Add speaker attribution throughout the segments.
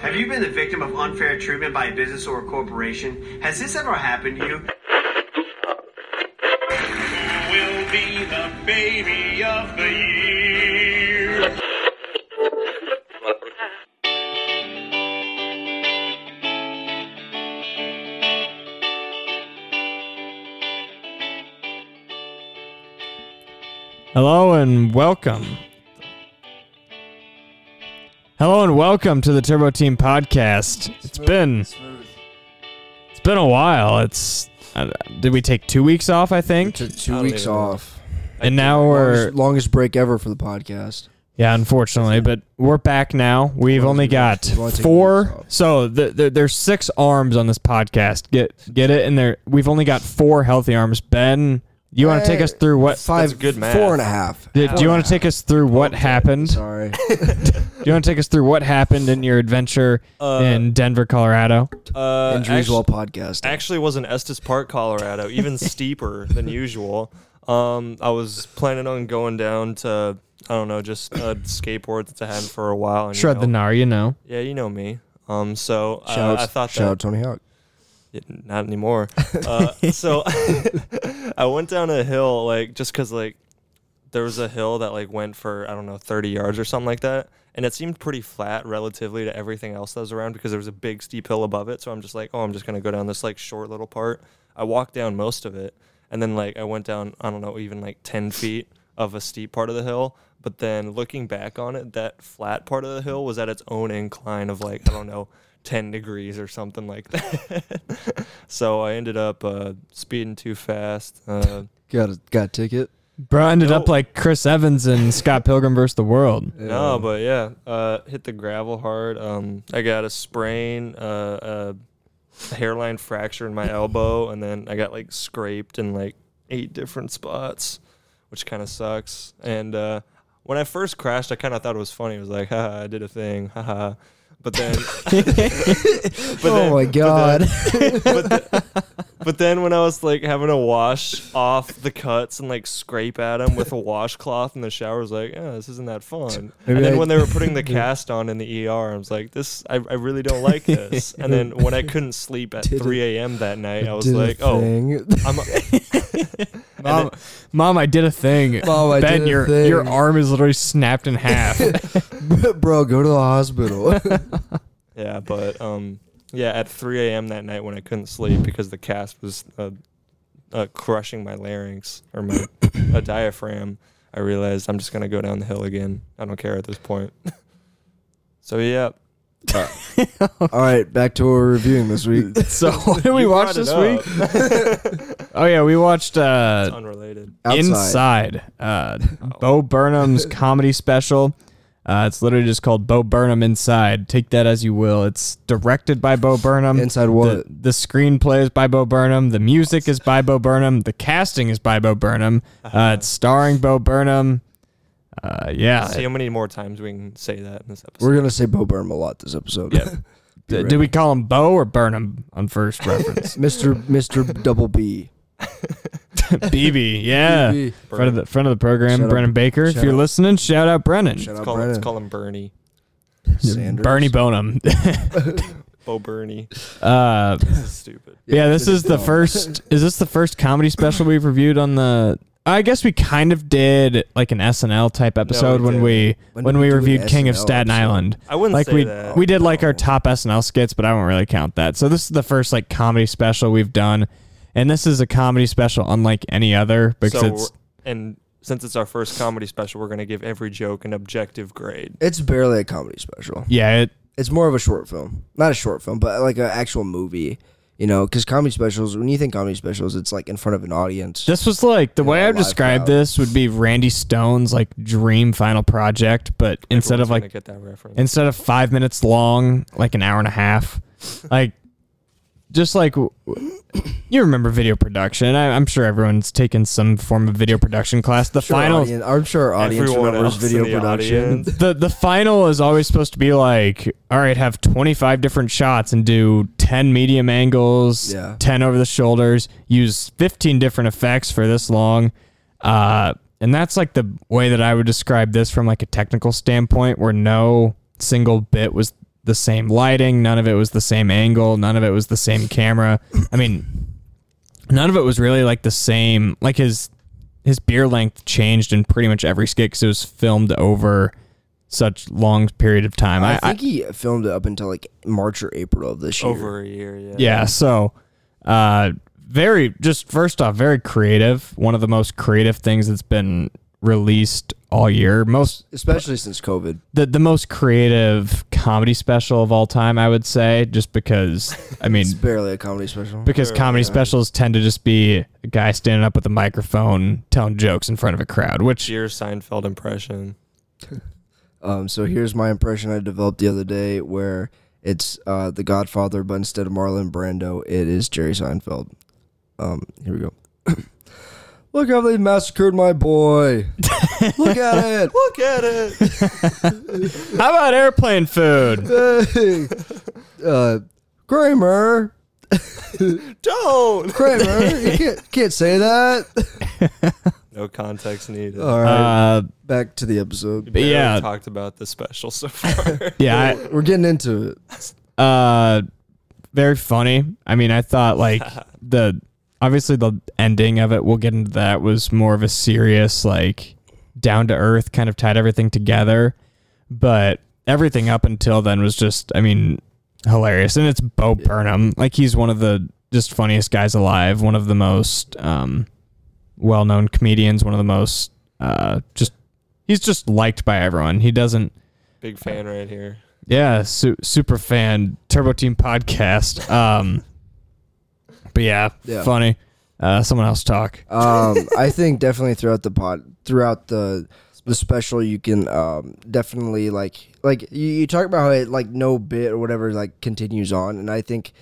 Speaker 1: Have you been the victim of unfair treatment by a business or a corporation? Has this ever happened to you?
Speaker 2: Who will be the baby of the year?
Speaker 3: Hello and welcome. Hello and welcome to the Turbo Team podcast. It's been
Speaker 4: smooth.
Speaker 3: it's been a while. It's I don't- did we take 2 weeks off, I think?
Speaker 4: Took two weeks off.
Speaker 3: And now we're
Speaker 4: Longest, longest break ever for the podcast.
Speaker 3: yeah, unfortunately, but we're back now. We've only got
Speaker 4: Why take weeks
Speaker 3: four.
Speaker 4: off?
Speaker 3: So the, the, there's six arms on this podcast. Get get it and there we've only got four healthy arms. Ben, you want to take us through what
Speaker 4: Five,
Speaker 5: good math.
Speaker 4: four and a half.
Speaker 3: do do you want to take us through what happened?
Speaker 4: Sorry.
Speaker 5: Uh,
Speaker 3: Do you want to take us through what happened in your adventure in Denver, Colorado?
Speaker 5: Uh,
Speaker 4: Injuries
Speaker 5: actu-
Speaker 4: while podcasting.
Speaker 5: actually was in Estes Park, Colorado, even steeper than usual. Um, I was planning on going down to I don't know, just uh, skateboard that's I had for a while. And, you
Speaker 3: Shred the
Speaker 5: know-
Speaker 3: gnar, you know.
Speaker 5: Yeah, you know me. Um, so uh,
Speaker 4: Shout
Speaker 5: I thought
Speaker 4: shout
Speaker 5: that
Speaker 4: out Tony Hawk.
Speaker 5: Yeah, not anymore. Uh, so I went down a hill, like just because like there was a hill that like went for I don't know thirty yards or something like that, and it seemed pretty flat relatively to everything else that was around because there was a big steep hill above it. So I'm just like, oh, I'm just gonna go down this like short little part. I walked down most of it, and then like I went down I don't know even like ten feet of a steep part of the hill. But then looking back on it, that flat part of the hill was at its own incline of like I don't know. 10 degrees or something like that. so I ended up uh, speeding too fast. Uh,
Speaker 4: Got a, got a ticket.
Speaker 3: Bro ended up
Speaker 5: No.
Speaker 3: like Chris Evans and Scott Pilgrim versus the World.
Speaker 5: No, but yeah, uh, hit the gravel hard. Um, I got a sprain, uh, a hairline fracture in my elbow, and then I got like scraped in like eight different spots, which kind of sucks. And uh, when I first crashed, I kind of thought it was funny. It was like, haha, I did a thing, haha. But then,
Speaker 4: oh my god.
Speaker 5: but, th- but then when I was like having to wash off the cuts and like scrape at them with a washcloth in the shower, I was like, yeah, this isn't that fun.
Speaker 4: Maybe
Speaker 5: and then
Speaker 4: I-
Speaker 5: when they were putting the cast on in the ER, I was like, this, I, I really don't like this. And then when I couldn't sleep at
Speaker 4: Did a-
Speaker 5: 3 a.m. that night, I was
Speaker 4: Did a
Speaker 5: like, oh,
Speaker 4: thing.
Speaker 5: I'm.
Speaker 3: Mom, Mom, I did a thing.
Speaker 4: Mom, I
Speaker 3: ben,
Speaker 4: did a
Speaker 3: your
Speaker 4: thing.
Speaker 3: your arm is literally snapped in half.
Speaker 4: Bro, go to the hospital.
Speaker 5: Yeah, but um, yeah, at 3 a.m. that night when I couldn't sleep because the cast was uh, uh, crushing my larynx or my uh diaphragm, I realized I'm just gonna go down the hill again. I don't care at this point. so yeah,
Speaker 4: All right, back to what we're reviewing this week.
Speaker 3: so what did we
Speaker 5: You
Speaker 3: watch
Speaker 5: brought it
Speaker 3: this week?
Speaker 5: up.
Speaker 3: Oh yeah, we watched uh,
Speaker 5: Unrelated.
Speaker 4: Outside.
Speaker 3: Inside, uh,
Speaker 4: Oh.
Speaker 3: Bo Burnham's comedy special. Uh, it's literally just called Bo Burnham Inside. Take that as you will. It's directed by Bo Burnham.
Speaker 4: Inside
Speaker 3: The,
Speaker 4: what?
Speaker 3: the screenplay is by Bo Burnham. The music is by Bo Burnham. The casting is by Bo Burnham.
Speaker 4: Uh-huh.
Speaker 3: Uh, it's starring Bo Burnham. Uh, yeah.
Speaker 5: See how many more times we can say that in this episode.
Speaker 4: We're gonna say Bo Burnham a lot this episode.
Speaker 3: Yeah. D- Did we call him Bo or Burnham on first reference?
Speaker 4: Mr. Mr. Double B.
Speaker 3: BB, yeah.
Speaker 4: BB.
Speaker 3: Friend of the friend of the program,
Speaker 4: Shout out-
Speaker 3: Brennan Baker. If
Speaker 4: shout
Speaker 3: you're
Speaker 4: out-
Speaker 3: listening, shout out Brennan.
Speaker 4: Shout
Speaker 5: Let's
Speaker 4: out
Speaker 5: call, him, let's
Speaker 4: Brennan.
Speaker 5: call him Bernie.
Speaker 4: Sanders.
Speaker 3: Bernie Bonham.
Speaker 5: Bo Bernie.
Speaker 3: uh,
Speaker 5: This is stupid.
Speaker 3: yeah, this
Speaker 4: didn't
Speaker 3: is the
Speaker 4: know.
Speaker 3: first. Is this the first comedy special we've reviewed on the? I guess we kind of did like an SNL type episode when
Speaker 5: didn't.
Speaker 3: we when,
Speaker 4: When did
Speaker 3: we,
Speaker 4: we do an
Speaker 3: reviewed King of
Speaker 4: SNL
Speaker 3: Staten
Speaker 4: episode?
Speaker 3: Island.
Speaker 5: I wouldn't
Speaker 3: like
Speaker 5: say
Speaker 3: we
Speaker 5: that.
Speaker 3: we did like our top SNL skits, but I won't really count that. So this is the first like comedy special we've done, and this is a comedy special unlike any other because
Speaker 5: So
Speaker 3: it's
Speaker 5: we're- and since it's our first comedy special, we're gonna give every joke an objective grade.
Speaker 4: It's barely a comedy special.
Speaker 3: yeah it
Speaker 4: It's more of a short film, not a short film, but like an actual movie. You know, because comedy specials. When you think comedy specials, it's like in front of an audience.
Speaker 3: This was like the way
Speaker 4: know,
Speaker 3: I've
Speaker 4: live
Speaker 3: described
Speaker 4: crowd.
Speaker 3: this would be Randy Stone's like dream final project, but instead
Speaker 5: Everyone's
Speaker 3: of
Speaker 5: gonna
Speaker 3: like
Speaker 5: get that reference.
Speaker 3: instead of five minutes long, like an hour and a half, like just like w- w- you remember video production. I, I'm sure everyone's taken some form of video production class. The
Speaker 4: Sure,
Speaker 3: final,
Speaker 4: audience- I'm sure our audience
Speaker 5: Everyone
Speaker 4: remembers
Speaker 5: else in
Speaker 4: video
Speaker 5: the
Speaker 4: production.
Speaker 5: audience.
Speaker 3: the the final is always supposed to be like, all right, have 25 different shots and do 10 medium angles,
Speaker 4: Yeah.
Speaker 3: 10 over the shoulders, use 15 different effects for this long. Uh, and that's like the way that I would describe this from like a technical standpoint where no single bit was the same lighting. None of it was the same angle. None of it was the same camera. I mean, none of it was really like the same. Like his his beer length changed in pretty much every skit because it was filmed over such long period of time.
Speaker 4: Oh, I,
Speaker 3: I, I
Speaker 4: think he filmed it up until like March or April of this year.
Speaker 5: over a year. Yeah.
Speaker 3: yeah. So, uh, very just first off, very creative. One of the most creative things that's been released all year. Most
Speaker 4: Especially since COVID.
Speaker 3: the the most creative comedy special of all time, I would say, just because I mean
Speaker 4: It's barely a comedy special.
Speaker 3: because comedy specials tend to just be a guy standing up with a microphone telling jokes in front of a crowd, which
Speaker 5: Your Seinfeld impression.
Speaker 4: Um, so here's my impression I developed the other day where it's uh, The Godfather, but instead of Marlon Brando, it is Jerry Seinfeld. Um, here we go. Look how they massacred my boy. Look at it.
Speaker 5: Look at it.
Speaker 3: how about airplane food?
Speaker 4: Hey. Uh, Kramer.
Speaker 5: Don't.
Speaker 4: Kramer. You can't, can't say that.
Speaker 5: No context needed.
Speaker 4: All right.
Speaker 3: Uh,
Speaker 4: back to the episode.
Speaker 5: Barely
Speaker 3: yeah.
Speaker 5: Talked about the special so far.
Speaker 3: yeah,
Speaker 4: We're getting into it.
Speaker 3: I, uh, very funny. I mean, I thought like the obviously the ending of it. We'll get into that. Was more of a serious like down to earth kind of tied everything together, but everything up until then was just I mean hilarious. And it's Bo Burnham. Like he's one of the just funniest guys alive. One of the most um, well known comedians. One of the most uh, just he's just liked by everyone. He doesn't
Speaker 5: Big fan right here.
Speaker 3: yeah, su- super fan Turbo Team podcast. Um, but yeah,
Speaker 4: Yeah.
Speaker 3: funny. Uh, someone else talk.
Speaker 4: um, I think definitely throughout the pod, throughout the the special, you can um, definitely like like you, you talk about how it like no bit or whatever like continues on, and I think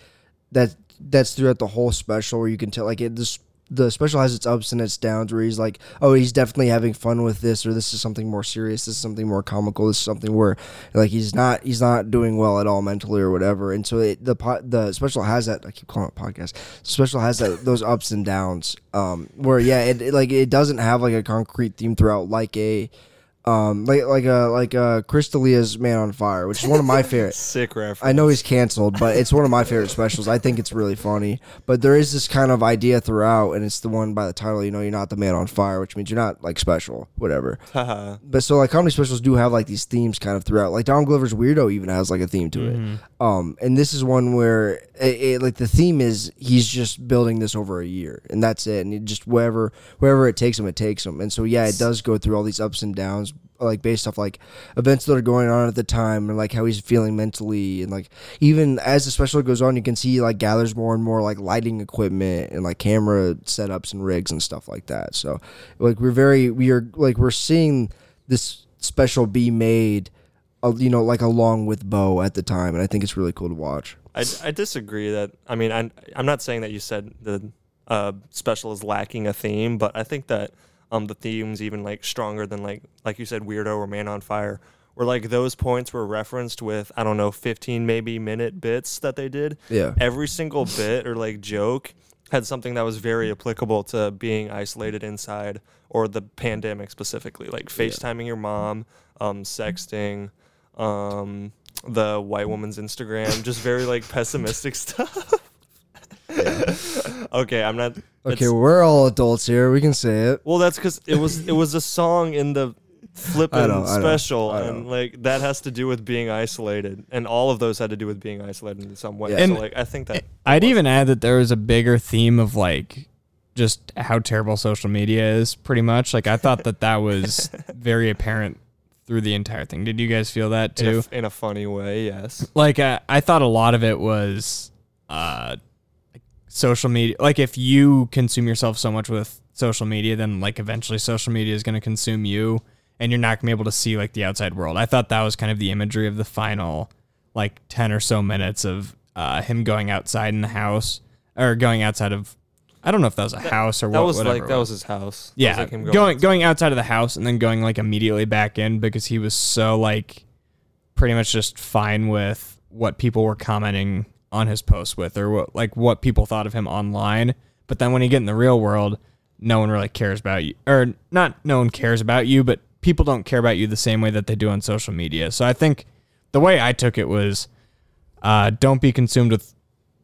Speaker 4: that that's throughout the whole special where you can tell like it this the special has its ups and its downs where he's like oh he's definitely having fun with this or this is something more serious this is something more comical this is something where like he's not he's not doing well at all mentally or whatever and so it, the po- the special has that I keep calling it podcast special has that those ups and downs um where yeah it, it like it doesn't have like a concrete theme throughout like a um like like a like a Crystalia's Man on Fire which is one of my favorite
Speaker 5: Sick reference.
Speaker 4: I know he's canceled, but it's one of my favorite specials. I think it's really funny. But there is this kind of idea throughout, and it's the one by the title. You know, you're not the man on fire, which means you're not like special, whatever.
Speaker 5: Haha.
Speaker 4: But so like comedy specials do have like these themes kind of throughout. Like Don Glover's Weirdo even has like a theme to it. Um, and this is one where it, it, like the theme is he's just building this over a year, and that's it. And it just wherever wherever it takes him, it takes him. And so yeah, it does go through all these ups and downs, like based off like events that are going on at the time, and like how he's feeling mentally, and like even as the special goes on, you can see he, like gathers more and more like lighting equipment and like camera setups and rigs and stuff like that. So like we're very we are like we're seeing this special be made, uh, you know, like along with Bo at the time, and I think it's really cool to watch.
Speaker 5: I, I disagree that I mean I I'm not saying that you said the uh, special is lacking a theme, but I think that um the theme's even like stronger than like like you said weirdo or man on fire where like those points were referenced with I don't know 15 maybe minute bits that they did.
Speaker 4: Yeah.
Speaker 5: Every single bit or like joke had something that was very applicable to being isolated inside or the pandemic specifically, like FaceTiming your mom, um, sexting, um, the white woman's Instagram, just very like pessimistic stuff. okay, I'm not.
Speaker 4: Okay,
Speaker 5: it's-
Speaker 4: we're all adults here. We can say it.
Speaker 5: well, that's because it was it was a song in the flippin'
Speaker 4: I know, I know,
Speaker 5: special,
Speaker 4: I
Speaker 5: and
Speaker 4: know.
Speaker 5: like that has to do with being isolated, and all of those had to do with being isolated in some way.
Speaker 4: Yeah.
Speaker 5: So
Speaker 3: And-
Speaker 5: like, I think that
Speaker 3: I'd even add that there was a bigger theme of like just how terrible social media is, pretty much. Like I thought that that was very apparent through the entire thing. Did you guys feel that
Speaker 5: in a,
Speaker 3: too?
Speaker 5: f- in a funny way, yes.
Speaker 3: like uh, I, I thought a lot of it was uh like, social media like if you consume yourself so much with social media then like eventually social media is going to consume you and you're not going to be able to see like the outside world i thought that was kind of the imagery of the final like 10 or so minutes of uh, him going outside in the house or going outside of i don't know if that was a house or
Speaker 5: That
Speaker 3: what
Speaker 5: was
Speaker 3: whatever
Speaker 5: like
Speaker 3: it
Speaker 5: that was his house. That was,
Speaker 3: yeah,
Speaker 5: like, him
Speaker 3: going, going outside of the house and then going like immediately back in because he was so like pretty much just fine with what people were commenting on his posts with or what like what people thought of him online. But then when you get in the real world, no one really cares about you or not no one cares about you, but people don't care about you the same way that they do on social media. So I think the way I took it was, uh, don't be consumed with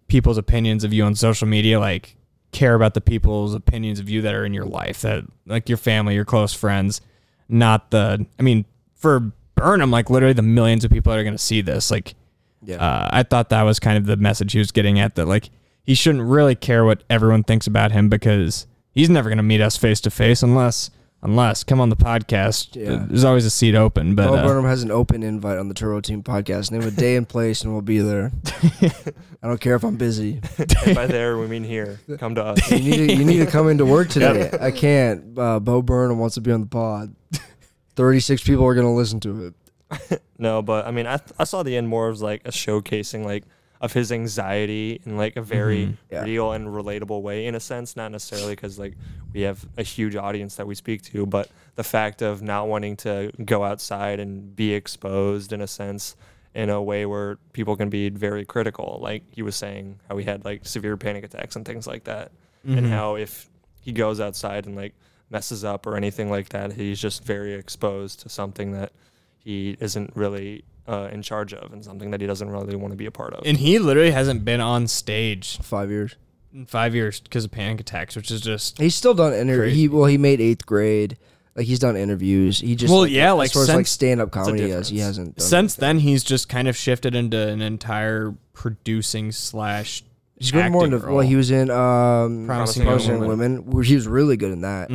Speaker 3: people's opinions of you on social media. Like, care about the people's opinions of you that are in your life, that like your family, your close friends, not the. I mean, for Burnham, like literally the millions of people that are going to see this, like.
Speaker 4: Yeah.
Speaker 3: Uh, I thought that was kind of the message he was getting at that like he shouldn't really care what everyone thinks about him because he's never going to meet us face to face unless unless come on the podcast.
Speaker 4: Yeah.
Speaker 3: There's always a seat open, but
Speaker 4: Bo
Speaker 3: uh,
Speaker 4: Burnham has an open invite on the Turbo Team podcast. Name a day and place, and we'll be there. I don't care if I'm busy.
Speaker 5: And by there, we mean here. Come to us.
Speaker 4: You need to, you need to come into work today. I can't. Uh, Bo Burnham wants to be on the pod. Thirty-six people are gonna listen to it.
Speaker 5: No, but I mean, I, I saw the end more of like a showcasing like of his anxiety in like a very
Speaker 4: Yeah.
Speaker 5: real and relatable way, in a sense, not necessarily because like we have a huge audience that we speak to, but the fact of not wanting to go outside and be exposed in a sense in a way where people can be very critical. Like he was saying how he had like severe panic attacks and things like that, and how if he goes outside and like messes up or anything like that, he's just very exposed to something that he isn't really uh, in charge of and something that he doesn't really want to be a part of.
Speaker 3: and he literally hasn't been on stage
Speaker 4: Five years.
Speaker 3: in 5 years because of panic attacks, which is just
Speaker 4: He's still done interviews.
Speaker 3: Crazy.
Speaker 4: He well, he made eighth grade. Like he's done interviews. He just
Speaker 3: Well, yeah, like,
Speaker 4: as far as like
Speaker 3: since-
Speaker 4: stand-up comedy, yes, he
Speaker 5: difference.
Speaker 4: hasn't. Done
Speaker 3: since then he's just kind of shifted into an entire producing slash
Speaker 4: He's going more into
Speaker 3: acting
Speaker 4: well,
Speaker 3: role.
Speaker 4: he was in um,
Speaker 3: Promising
Speaker 4: Promising
Speaker 3: Young
Speaker 4: Women. where he was really good in that.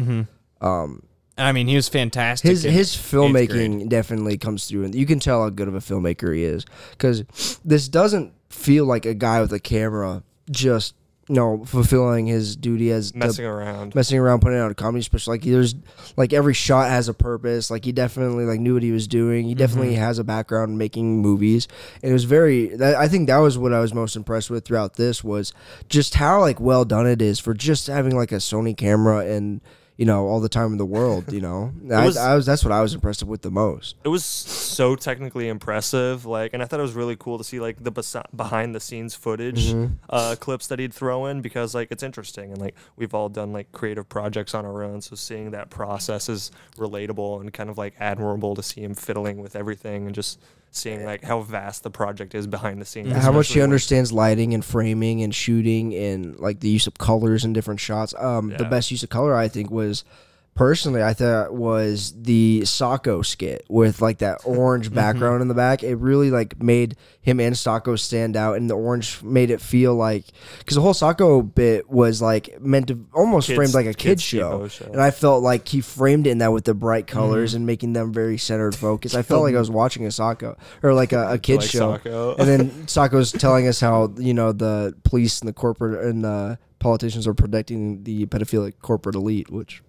Speaker 3: I mean, he was fantastic.
Speaker 4: His
Speaker 3: in
Speaker 4: his
Speaker 3: Mm-hmm. eighth grade.
Speaker 4: filmmaking definitely comes through, and you can tell how good of a filmmaker he is because this doesn't feel like a guy with a camera just you know fulfilling his duty as the-
Speaker 5: messing around.
Speaker 4: messing around putting out a comedy special like there's like every shot has a purpose like he definitely like knew what he was doing he definitely
Speaker 5: Mm-hmm.
Speaker 4: has a background in making movies and it was very that, i think that was what i was most impressed with throughout this was just how like well done it is for just having like a sony camera and you know all the time in the world you know I,
Speaker 5: was-
Speaker 4: I was that's what i was impressed with the most
Speaker 5: it was so technically impressive like and i thought it was really cool to see like the besi- behind the scenes footage
Speaker 4: Mm-hmm.
Speaker 5: uh, clips that he'd throw in because like it's interesting and like we've all done like creative projects on our own so seeing that process is relatable and kind of like admirable to see him fiddling with everything and just seeing like how vast the project is behind the scenes
Speaker 4: how much he
Speaker 5: especially when-
Speaker 4: understands lighting and framing and shooting and like the use of colors in different shots. Um, the
Speaker 5: Yeah.
Speaker 4: best use of color I think was personally I thought was the Sacco skit with like that
Speaker 5: Mm-hmm.
Speaker 4: orange background in the back. It really like made him and Sacco stand out, and the orange made it feel like because the whole Sacco bit was like meant to almost
Speaker 5: Kids-
Speaker 4: framed like a kid
Speaker 5: kids
Speaker 4: show.
Speaker 5: TiVo show.
Speaker 4: and I felt like he framed it in that with the bright colors and making them very centered focus. I felt like I was watching a Sacco or like a, a kid
Speaker 5: Like
Speaker 4: show.
Speaker 5: Sacco.
Speaker 4: And then Sacco's telling us how you know the police and the corporate and the politicians are protecting the pedophilic corporate elite, which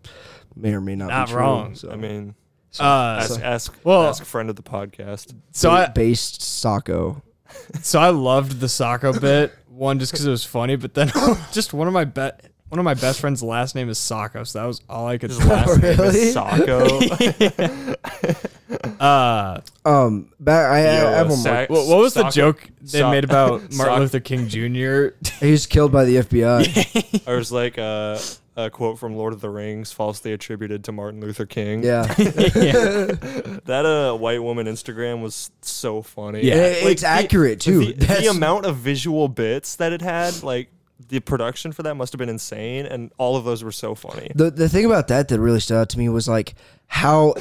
Speaker 4: may or may not,
Speaker 3: Not
Speaker 4: be true.
Speaker 3: wrong.
Speaker 4: So,
Speaker 5: i mean
Speaker 3: Uh,
Speaker 5: ask ask,
Speaker 3: well-
Speaker 5: ask friend of the podcast
Speaker 3: so I,
Speaker 4: based Sacco.
Speaker 3: So I loved the Sacco bit one just because it was funny, but then just one of my be- one of my best friend's last name is Sacco, so that was all I could.
Speaker 5: his last name
Speaker 4: really?
Speaker 5: is Sacco.
Speaker 3: Uh,
Speaker 4: Um, back I, I, I have
Speaker 5: Yo,
Speaker 4: one more.
Speaker 5: Sac-
Speaker 3: what, what was the
Speaker 5: Sacco-
Speaker 3: joke they
Speaker 5: Sac-
Speaker 3: made about Martin
Speaker 5: Sac-
Speaker 3: Luther King Jr.?
Speaker 4: He was killed by the FBI. Yeah,
Speaker 5: Or it's like a, a quote from Lord of the Rings, falsely attributed to Martin Luther King. that uh, white woman Instagram was so funny.
Speaker 3: Yeah.
Speaker 4: And it-
Speaker 5: Like,
Speaker 4: it's accurate
Speaker 5: the-
Speaker 4: too.
Speaker 5: The,
Speaker 4: That's-
Speaker 5: amount of visual bits that it had, like the production for that must have been insane, and all of those were so funny.
Speaker 4: the the thing about that that really stood out to me was like how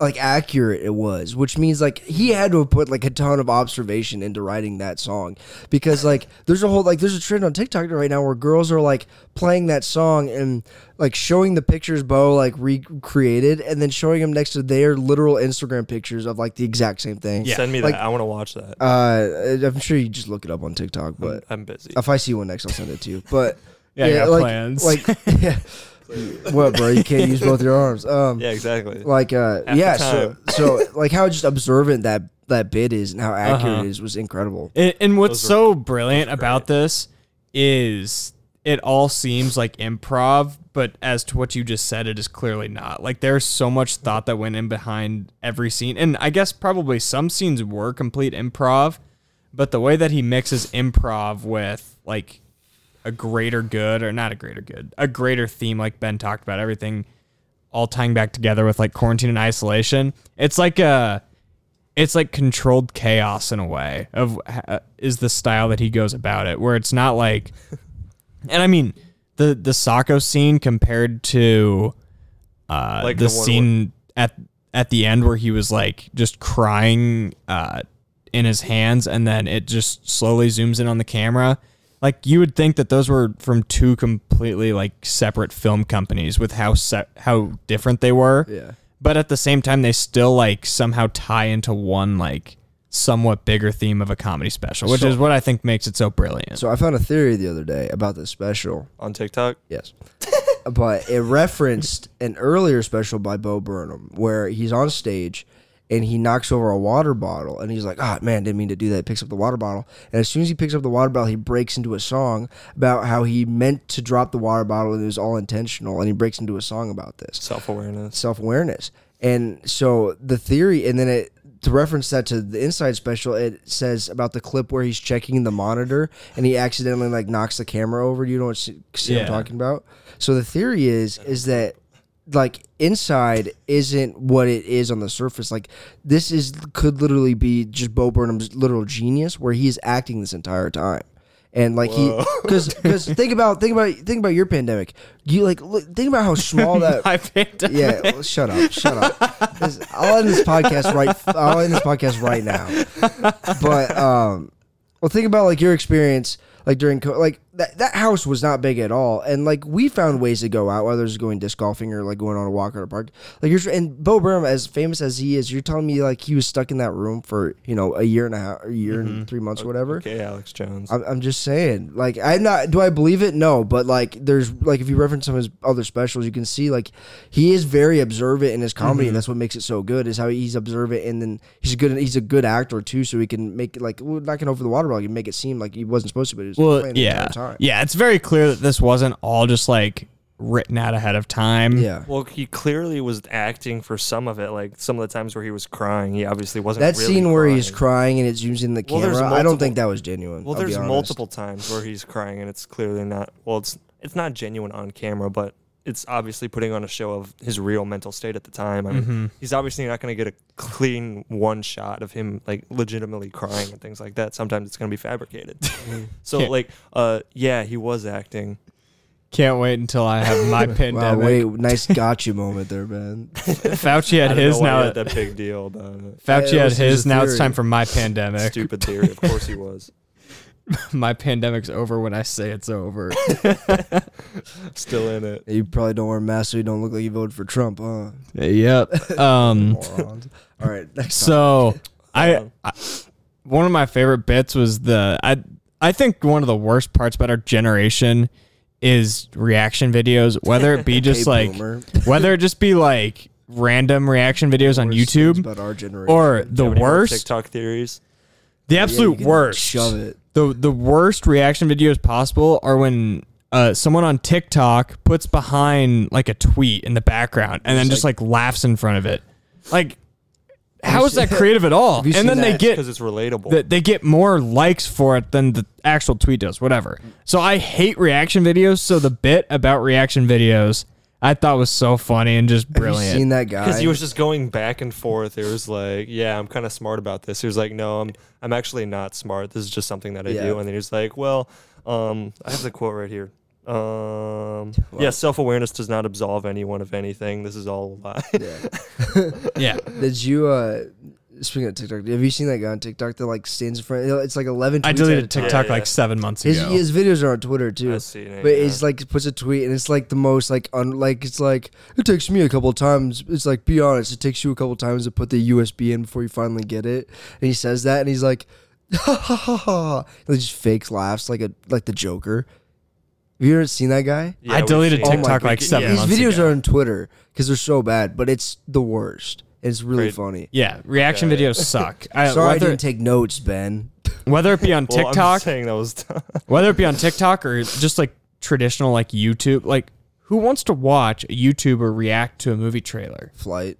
Speaker 4: like accurate it was, which means like he had to have put like a ton of observation into writing that song because like there's a whole like there's a trend on TikTok right now where girls are like playing that song and like showing the pictures Bo like recreated and then showing them next to their literal Instagram pictures of like the exact same thing.
Speaker 5: Send me
Speaker 4: Like-
Speaker 5: that. I want to watch that.
Speaker 4: Uh, I'm sure you just look it up on TikTok, but
Speaker 5: I'm busy.
Speaker 4: if I see one next, I'll send it to you. But
Speaker 3: Yeah, I got
Speaker 4: like,
Speaker 3: plans.
Speaker 4: Like, yeah. what, bro? You can't use both your arms. Um,
Speaker 5: yeah, exactly.
Speaker 4: like, uh,
Speaker 5: the
Speaker 4: yeah. So, so, like, how just observant that that bit is and how
Speaker 3: Uh-huh.
Speaker 4: accurate it is was incredible.
Speaker 3: And, and what's so brilliant about this is it all seems like improv, but as to what you just said, it is clearly not. Like there's so much thought that went in behind every scene, and I guess probably some scenes were complete improv, but the way that he mixes improv with like a greater good or not a greater good, a greater theme, like Ben talked about everything, all tying back together with like quarantine and isolation. It's like a uh, it's like controlled chaos in a way of uh, is the style that he goes about it where it's not like and i mean the the Sako scene compared to uh
Speaker 5: Like
Speaker 3: the,
Speaker 5: the one
Speaker 3: scene at at the end where he was like just crying uh in his hands and then it just slowly zooms in on the camera like you would think that those were from two completely like separate film companies with how se- how different they were
Speaker 4: Yeah.
Speaker 3: but at the same time they still like somehow tie into one like somewhat bigger theme of a comedy special which
Speaker 4: So-
Speaker 3: is what i think makes it so brilliant
Speaker 4: So I found a theory the other day about this special.
Speaker 5: on TikTok.
Speaker 4: Yes. but it referenced an earlier special by Bo Burnham where he's on stage and he knocks over a water bottle and he's like, oh man, didn't mean to do that. Picks up the water bottle. And as soon as he picks up the water bottle, he breaks into a song about how he meant to drop the water bottle and it was all intentional. And he breaks into a song about this
Speaker 5: Self awareness.
Speaker 4: self awareness. And so the theory, and then it to reference that to the inside special, it says about the clip where he's checking the monitor and he accidentally like knocks the camera over. You know what see see what
Speaker 3: Yeah.
Speaker 4: I'm talking about? So the theory is is that like inside isn't what it is on the surface. Like this is could literally be just Bo Burnham's literal genius where he's acting this entire time. And like he, because because think about think about think about your pandemic. You like look, think about how small that
Speaker 3: I picked up.
Speaker 4: yeah, well, shut up, shut up. This- I'll end this podcast right. I'll end this podcast right now. But um, well, think about like your experience, like during co- like that that house was not big at all, and like we found ways to go out, whether it's going disc golfing or like going on a walk or a park. Like you're and Bo Burnham, as famous as he is, you're telling me like he was stuck in that room for you know a year and a half, a year and three months, or whatever.
Speaker 5: Okay, Alex Jones.
Speaker 4: I'm, I'm just saying. Like, I'm not. Do I believe it? No. But like, there's like, if you reference some of his other specials, you can see like he is very observant in his comedy,
Speaker 5: Mm-hmm.
Speaker 4: and that's what makes it so good. Is how he's observant, and then he's a good. He's a good actor too, so he can make it like well, knocking over the water bottle, he can make it seem like he wasn't supposed to, but he was
Speaker 3: Well,
Speaker 4: playing the
Speaker 3: yeah,
Speaker 4: entire time.
Speaker 3: yeah. It's very clear that this wasn't all just like written out ahead of time.
Speaker 4: yeah.
Speaker 5: Well, he clearly was acting for some of it. Like some of the times where he was crying, he obviously wasn't.
Speaker 4: That
Speaker 5: really
Speaker 4: scene where he's
Speaker 5: crying.
Speaker 4: crying and it's using the
Speaker 5: Well,
Speaker 4: camera,
Speaker 5: there's
Speaker 4: I don't
Speaker 5: multiple-
Speaker 4: think that was genuine.
Speaker 5: Well,
Speaker 4: I'll be
Speaker 5: there's
Speaker 4: honest.
Speaker 5: multiple times where he's crying, and it's clearly not. Well, it's it's not genuine on camera, but it's obviously putting on a show of his real mental state at the time. I mean,
Speaker 3: Mm-hmm.
Speaker 5: he's obviously not going to get a clean one shot of him like legitimately crying and things like that. Sometimes it's going to be fabricated. so,
Speaker 3: Mm-hmm. Yeah.
Speaker 5: like, uh, yeah, he was acting.
Speaker 3: Can't wait until I have my
Speaker 4: Wow,
Speaker 3: pandemic.
Speaker 4: wait, nice gotcha moment there, man.
Speaker 3: Fauci
Speaker 5: I
Speaker 3: had
Speaker 5: don't know
Speaker 3: his
Speaker 5: why he
Speaker 3: now.
Speaker 5: had that big deal about it.
Speaker 3: Fauci
Speaker 4: Yeah, it
Speaker 3: had
Speaker 4: was
Speaker 3: his.
Speaker 4: his
Speaker 3: Now it's time
Speaker 4: theory.
Speaker 3: for my pandemic.
Speaker 5: Stupid theory. Of course, he was.
Speaker 3: My pandemic's over when I say it's over.
Speaker 5: Still in it.
Speaker 4: You probably don't wear masks, so you don't look like you voted for Trump, huh?
Speaker 3: yep. Um.
Speaker 4: Morons. All right, next.
Speaker 3: So I,
Speaker 5: Um,
Speaker 3: I one of my favorite bits was the I I think one of the worst parts about our generation is reaction videos, whether it be just like
Speaker 4: boomer.
Speaker 3: whether it just be like random reaction videos on
Speaker 4: Worst things
Speaker 3: YouTube
Speaker 4: about our generation.
Speaker 3: or the
Speaker 5: Have any more
Speaker 3: worst
Speaker 5: TikTok theories.
Speaker 3: the
Speaker 4: Yeah, you
Speaker 3: absolute
Speaker 4: can
Speaker 3: worst
Speaker 4: Shove it.
Speaker 3: the the worst reaction videos possible are when uh, someone on TikTok puts behind like a tweet in the background and then just like, laughs in front of it. Like how is that creative at all?
Speaker 4: you
Speaker 3: And then
Speaker 4: seen
Speaker 3: they
Speaker 4: that?
Speaker 3: get
Speaker 5: Because it's relatable.
Speaker 3: that they get more likes for it than the actual tweet does, whatever. So I hate reaction videos. So the bit about reaction videos I thought was so funny and just
Speaker 4: You seen
Speaker 3: brilliant.
Speaker 4: that guy?
Speaker 5: Because he was just going back and forth. It was like, yeah, I'm kind of smart about this. He was like, no, I'm I'm actually not smart. This is just something that I
Speaker 4: Yeah.
Speaker 5: do. And then he was like, well, um, I have the quote right here. Um, yeah, self awareness does not absolve anyone of anything. This is all a lie.
Speaker 3: Yeah.
Speaker 4: Did you? uh Speaking of TikTok, have you seen that guy on TikTok that like stands in front? It's like eleven.
Speaker 3: I
Speaker 4: tweets at a
Speaker 3: deleted
Speaker 4: time.
Speaker 3: TikTok
Speaker 5: yeah.
Speaker 3: like seven months
Speaker 4: His,
Speaker 3: ago.
Speaker 4: his videos are on Twitter too.
Speaker 5: I've seen it,
Speaker 4: but
Speaker 5: yeah.
Speaker 4: it's like puts a tweet and it's like the most like un, like it's like it takes me a couple times. It's like be honest, it takes you a couple times to put the USB in before you finally get it. And he says that and he's like, ha ha ha ha. He just fake laughs like a like the Joker. Have you ever seen that guy?
Speaker 5: Yeah,
Speaker 3: I
Speaker 5: we've
Speaker 3: deleted
Speaker 5: seen it.
Speaker 3: TikTok like
Speaker 5: Yeah.
Speaker 3: seven
Speaker 4: Oh These
Speaker 3: months
Speaker 4: videos
Speaker 3: ago.
Speaker 4: are on Twitter because they're so bad, but it's the worst. It's really
Speaker 5: Great.
Speaker 4: funny.
Speaker 3: yeah, reaction videos suck. I,
Speaker 4: Sorry, I
Speaker 3: whether,
Speaker 4: didn't take notes, Ben.
Speaker 3: whether it be on
Speaker 5: Well, I'm
Speaker 3: TikTok,
Speaker 5: saying that was
Speaker 3: whether it be on TikTok or just like traditional like YouTube, like who wants to watch a YouTuber react to a movie trailer?
Speaker 4: Flight.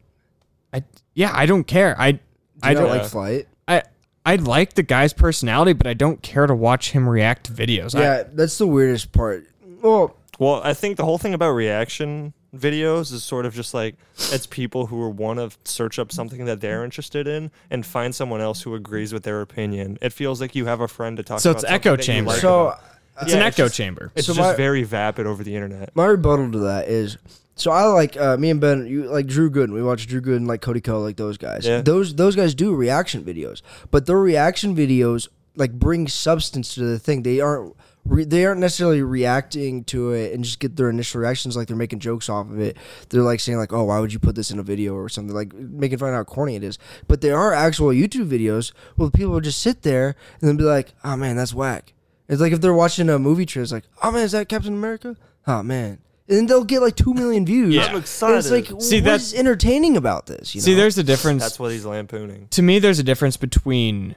Speaker 3: I yeah, I don't care. I I
Speaker 4: I don't
Speaker 3: don't
Speaker 4: like flight.
Speaker 3: I I like the guy's personality, but I don't care to watch him react to videos. I-
Speaker 4: Yeah, that's the weirdest part. Well,
Speaker 5: Well, I think the whole thing about reaction videos is sort of just like it's people who want to search up something that they're interested in and find someone else who agrees with their opinion. It feels like you have a friend to talk.
Speaker 3: So
Speaker 5: about
Speaker 3: it's
Speaker 5: something
Speaker 3: echo
Speaker 5: that you
Speaker 3: chamber.
Speaker 5: like
Speaker 4: So
Speaker 5: about-
Speaker 3: It's
Speaker 5: Yeah,
Speaker 3: an
Speaker 5: it's
Speaker 3: echo
Speaker 5: just-
Speaker 3: chamber.
Speaker 5: it's
Speaker 4: so
Speaker 5: just
Speaker 4: my-
Speaker 5: very vapid over the internet.
Speaker 4: my rebuttal to that is so I like uh, me and Ben you like Drew Gooden we watch Drew Gooden like Cody Ko like those guys
Speaker 5: Yeah.
Speaker 4: those those guys do reaction videos but their reaction videos like bring substance to the thing they aren't re- they aren't necessarily reacting to it and just get their initial reactions like they're making jokes off of it they're like saying like oh why would you put this in a video or something like making fun of how corny it is but there are actual YouTube videos where people will just sit there and then be like oh man that's whack it's like if they're watching a movie trailer, it's like, oh man, is that Captain America? Oh man. And then they'll get like two million views.
Speaker 3: Yeah. I'm
Speaker 4: And it's like,
Speaker 5: excited.
Speaker 3: See,
Speaker 4: See,
Speaker 3: that's-
Speaker 4: that's entertaining about this. You
Speaker 3: See,
Speaker 4: know?
Speaker 3: there's a difference.
Speaker 5: That's what he's lampooning.
Speaker 3: to me, there's a difference between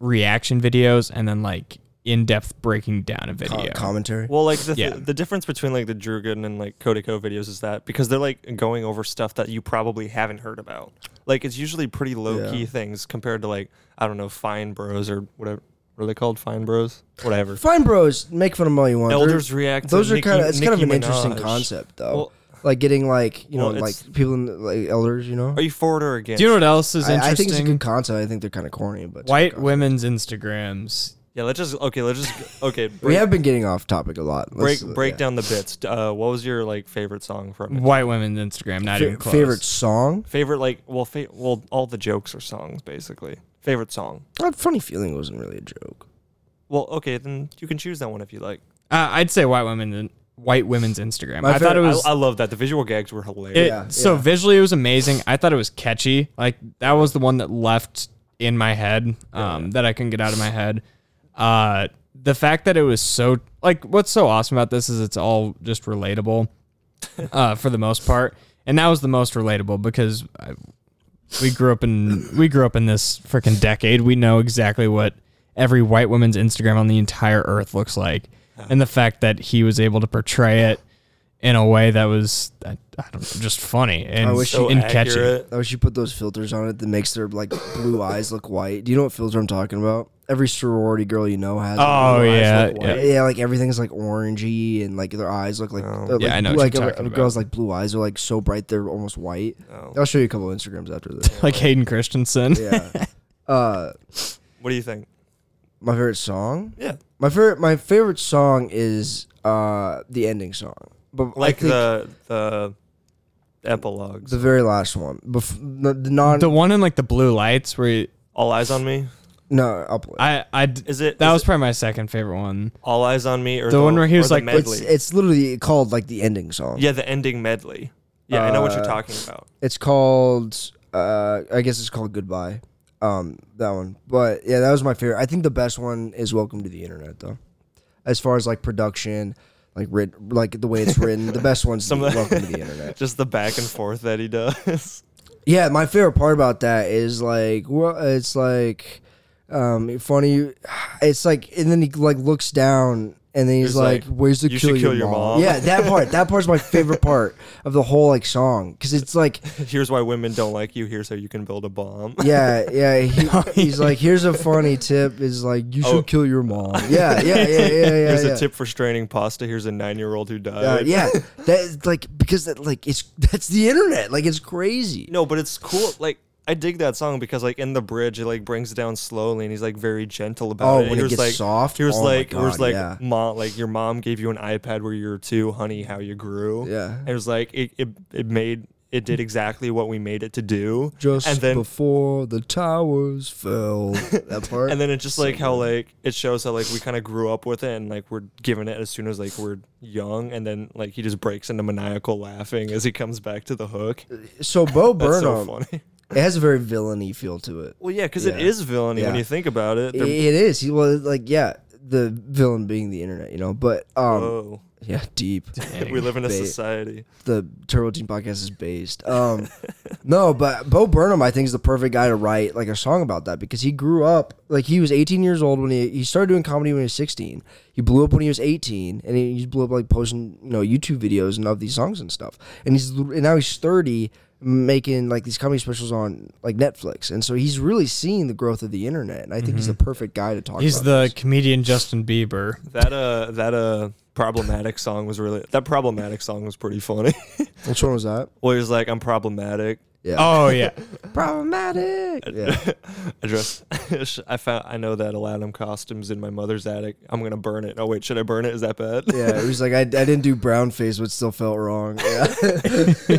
Speaker 3: reaction videos and then like in-depth breaking down a
Speaker 4: Com-
Speaker 3: video.
Speaker 4: Uh, commentary.
Speaker 5: Well, like the,
Speaker 3: Yeah.
Speaker 5: the difference between like the Drew Gooden and like Cody Co videos is that because they're like going over stuff that you probably haven't heard about. Like it's usually pretty low
Speaker 4: Yeah.
Speaker 5: key things compared to like I don't know Fine Bros or whatever. What are they called? Fine Bros? Whatever.
Speaker 4: Fine, bros, make fun of them all you want. They're-
Speaker 5: Elders react to
Speaker 4: Those are
Speaker 5: Nicki-
Speaker 4: kind of it's kind of
Speaker 5: Nicki
Speaker 4: an interesting
Speaker 5: Minaj.
Speaker 4: concept though.
Speaker 5: Well-
Speaker 4: like getting like you
Speaker 5: Well,
Speaker 4: know like
Speaker 5: it's-
Speaker 4: people in the, like elders. You know,
Speaker 5: Are you forward or against?
Speaker 3: Do you know what else is
Speaker 4: I,
Speaker 3: interesting?
Speaker 4: I think it's a good concept. I think they're kind of corny, but it's a
Speaker 3: White
Speaker 4: good
Speaker 3: women's Instagrams.
Speaker 5: yeah, let's just okay. Let's just okay. Break,
Speaker 4: concept. We have been getting off topic a lot.
Speaker 5: break
Speaker 4: Let's- uh,
Speaker 5: break
Speaker 4: yeah.
Speaker 5: down the bits. Uh, what was your like favorite song from it?
Speaker 3: White women's Instagram. Not even
Speaker 4: Fa-
Speaker 3: close.
Speaker 4: favorite song.
Speaker 5: Favorite like well, fa- well, all the jokes are songs basically. Favorite song.
Speaker 4: That funny feeling wasn't really a joke.
Speaker 5: Well, okay, then you can choose that one if you like.
Speaker 3: Uh, I'd say white women. White women's Instagram.
Speaker 4: My
Speaker 3: I thought it
Speaker 4: favorite-
Speaker 3: was.
Speaker 5: I, I love that. The visual gags were hilarious.
Speaker 3: it-
Speaker 4: Yeah,
Speaker 3: so
Speaker 4: yeah.
Speaker 3: visually, it was amazing. I thought it was catchy. Like that was the one that left in my head um, that I couldn't get out of my head. Uh, the fact that it was so like what's so awesome about this is it's all just relatable uh, for the most part, and that was the most relatable because I, we grew up in we grew up in this freaking decade. We know exactly what every white woman's Instagram on the entire earth looks like, and the fact that he was able to portray it in a way that was I, I don't know, just funny and,
Speaker 4: I wish
Speaker 5: So
Speaker 3: and catchy.
Speaker 5: accurate.
Speaker 4: I wish you Oh, put those filters on it that makes their like blue eyes look white. Do you know what filter I'm talking about? Every sorority girl you know has.
Speaker 3: Oh,
Speaker 4: blue eyes
Speaker 3: yeah,
Speaker 4: look
Speaker 3: yeah.
Speaker 4: white. yeah. Like everything's like orangey and like their eyes look like.
Speaker 5: Oh.
Speaker 4: uh, like
Speaker 3: Yeah, I know
Speaker 4: blue-
Speaker 3: what
Speaker 4: like
Speaker 3: you're
Speaker 4: uh,
Speaker 3: talking about.
Speaker 4: girls like blue eyes are like so bright they're almost white.
Speaker 5: Oh.
Speaker 4: I'll show you a couple of Instagrams after this.
Speaker 3: Like Hayden Christensen.
Speaker 4: yeah. Uh,
Speaker 5: What do you think?
Speaker 4: my favorite song.
Speaker 5: Yeah,
Speaker 4: My favorite. My favorite song is uh the ending song. But I
Speaker 5: like
Speaker 4: think
Speaker 5: the the epilogues.
Speaker 4: the very last one. Bef- the, the non.
Speaker 3: The one in like the blue lights where you,
Speaker 5: all eyes on me.
Speaker 4: no. Upload.
Speaker 3: I I d-
Speaker 5: Is it-
Speaker 3: that
Speaker 5: is
Speaker 3: was
Speaker 5: it-
Speaker 3: probably my second favorite one.
Speaker 5: All eyes on me, or
Speaker 3: The one where he
Speaker 5: or
Speaker 3: was
Speaker 5: the
Speaker 3: like-
Speaker 5: medley.
Speaker 4: It's it's literally called like the ending song.
Speaker 5: yeah, the ending medley. Yeah, I know what you're
Speaker 4: Uh,
Speaker 5: talking about.
Speaker 4: It's called uh I guess it's called Goodbye. Um that one. But yeah, that was my favorite. I think the best one is Welcome to the Internet though. As far as like production, like writ like the way it's written, the best one's
Speaker 5: Some of the-
Speaker 4: Welcome to the Internet.
Speaker 5: Just the back and forth that he does.
Speaker 4: Yeah, my favorite part about that is like well it's like um funny it's like and then he like looks down and then he's,
Speaker 5: He's
Speaker 4: like,
Speaker 5: like,
Speaker 4: "Where's the
Speaker 5: "You should
Speaker 4: kill,
Speaker 5: kill
Speaker 4: your,
Speaker 5: your
Speaker 4: mom?
Speaker 5: mom.
Speaker 4: Yeah, that part. That part's my favorite part of the whole like song because it's like
Speaker 5: Here's why women don't like you. Here's how you can build a bomb.
Speaker 4: Yeah, yeah. He, he's like, here's a funny tip: is like you should
Speaker 5: Oh.
Speaker 4: kill your mom. Yeah, yeah, yeah, yeah, yeah.
Speaker 5: Here's
Speaker 4: yeah.
Speaker 5: a tip for straining pasta. Here's a nine year old who
Speaker 4: Uh,
Speaker 5: died.
Speaker 4: yeah, that is like because that like it's that's the internet. Like it's crazy.
Speaker 5: No, but it's cool. Like I dig that song because like in the bridge, it like brings it down slowly, and he's like very gentle about
Speaker 4: Oh,
Speaker 5: it.
Speaker 4: when
Speaker 5: he
Speaker 4: it
Speaker 5: was
Speaker 4: gets
Speaker 5: like,
Speaker 4: soft?
Speaker 5: He was
Speaker 4: Oh my
Speaker 5: like, he was
Speaker 4: God,
Speaker 5: like,
Speaker 4: yeah.
Speaker 5: mom, like your mom gave you an iPad where you were two, honey, how you grew.
Speaker 4: Yeah.
Speaker 5: and it was like it, it, it made it did exactly what we made it to do.
Speaker 4: Just
Speaker 5: and then
Speaker 4: before the towers fell, that part.
Speaker 5: and then it's just like how like it shows how like we kind of grew up with it and like we're given it as soon as like we're young and then like he just breaks into maniacal laughing as he comes back to the hook.
Speaker 4: so Bo
Speaker 5: That's so
Speaker 4: Burnham,
Speaker 5: funny.
Speaker 4: it has a very villainy feel to it.
Speaker 5: Well, yeah, because it
Speaker 4: Yeah.
Speaker 5: is villainy when
Speaker 4: Yeah.
Speaker 5: you think about it. They're-
Speaker 4: It is. He was like, yeah, the villain being the internet, you know. But um,
Speaker 5: Whoa.
Speaker 4: yeah, deep.
Speaker 5: we live in a
Speaker 4: They-
Speaker 5: society.
Speaker 4: the Turbo Team podcast is based. Um, no, but Bo Burnham, I think, is the perfect guy to write like a song about that because he grew up like he was 18 years old when he he started doing comedy when he was 16. He blew up when he was 18, and he, he blew up like posting you know YouTube videos and of these songs and stuff. And he's and now he's 30 making like these comedy specials on like Netflix, and so he's really seeing the growth of the internet. And I think Mm-hmm. he's the perfect guy to talk.
Speaker 3: He's
Speaker 4: about
Speaker 3: the
Speaker 4: this.
Speaker 3: comedian Justin Bieber.
Speaker 5: That uh, that uh, problematic song was really that problematic song was pretty funny.
Speaker 4: Which one was that?
Speaker 5: well, he was like, "I'm problematic."
Speaker 4: Yeah.
Speaker 3: Oh yeah.
Speaker 4: Problematic. Yeah.
Speaker 5: I dress. I found. I know that Aladdin costumes in my mother's attic. I'm gonna burn it. Oh wait, should I burn it? Is that bad?
Speaker 4: Yeah, it was like I, I didn't do brown face, but still felt wrong. Yeah.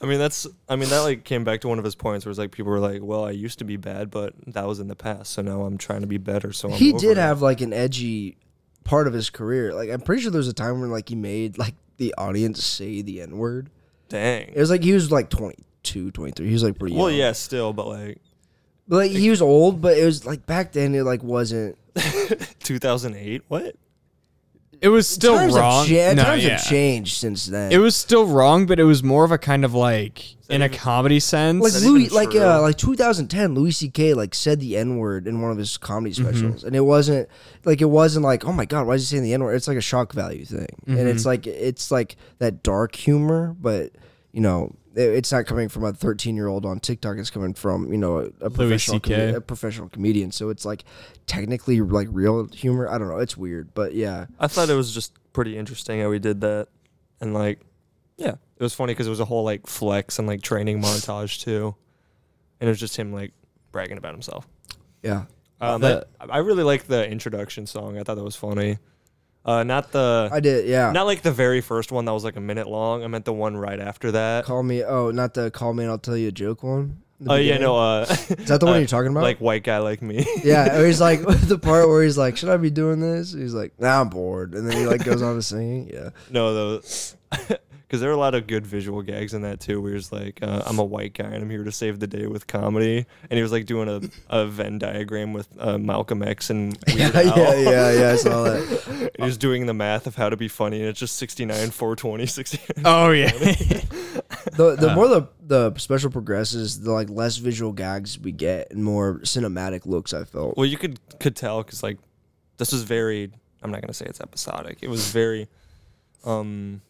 Speaker 5: I mean, that's. I mean, that like came back to one of his points where it's like people were like, "Well, I used to be bad, but that was in the past. So now I'm trying to be better." So I'm
Speaker 4: he
Speaker 5: over
Speaker 4: did
Speaker 5: it."
Speaker 4: have like an edgy part of his career. Like I'm pretty sure there was a time when like he made like the audience say the N word.
Speaker 5: Dang.
Speaker 4: It was like he was like 22, 23. He was like pretty young.
Speaker 5: Well, yeah, still, but like
Speaker 4: But, like he was old, but it was like back then it like wasn't
Speaker 5: 2008. What?
Speaker 3: It was still
Speaker 4: times
Speaker 3: wrong.
Speaker 4: Have cha-
Speaker 3: No,
Speaker 4: times
Speaker 3: yeah.
Speaker 4: have changed since then.
Speaker 3: It was still wrong, but it was more of a kind of like in a
Speaker 5: even-
Speaker 3: comedy sense.
Speaker 4: like
Speaker 5: that
Speaker 4: Louis,
Speaker 5: even
Speaker 4: like
Speaker 5: true?
Speaker 4: uh, like 2010, Louis C.K. like said the N word in one of his comedy
Speaker 5: Mm-hmm.
Speaker 4: specials, and it wasn't like it wasn't like oh my god, why is he saying the N word? It's like a shock value thing, and it's
Speaker 5: Mm-hmm.
Speaker 4: like it's like that dark humor, but you know i- it's not coming from a 13 year old on TikTok. It's coming from you know a, a professional
Speaker 3: CK.
Speaker 4: a professional comedian, so it's like technically like real humor. I don't know, it's weird, but yeah,
Speaker 5: I thought it was just pretty interesting how he did that, and like, yeah, it was funny because it was a whole like flex and like training montage too, and it was just him like bragging about himself.
Speaker 4: yeah.
Speaker 5: Um,
Speaker 4: The-
Speaker 5: I, I really like the introduction song. I thought that was funny. Uh, not the
Speaker 4: I did, yeah.
Speaker 5: not like the very first one that was like a minute long. I meant the one right after that.
Speaker 4: call me. Oh, not the call me and I'll tell you a joke one. The
Speaker 5: Oh yeah,
Speaker 4: beginning?
Speaker 5: no. Uh,
Speaker 4: Is that the one you're talking about?
Speaker 5: like white guy like me.
Speaker 4: Yeah, or he's like the part where he's like, "Should I be doing this?" He's like, "Nah, I'm bored," and then he like goes on to singing. Yeah,
Speaker 5: no, those because there are a lot of good visual gags in that too. Where he's like, uh, "I'm a white guy and I'm here to save the day with comedy," and he was like doing a, a Venn diagram with uh, Malcolm X and Weird
Speaker 4: yeah,
Speaker 5: Al.
Speaker 4: yeah, yeah, yeah. I saw that.
Speaker 5: And he was doing the math of how to be funny, and it's just 69, 420, 69.
Speaker 3: oh yeah.
Speaker 4: The
Speaker 3: Uh.
Speaker 4: the more the the special progresses, the like less visual gags we get and more cinematic looks. I felt.
Speaker 5: Well, you could could tell because like this was very. I'm not gonna say it's episodic. It was very. Um,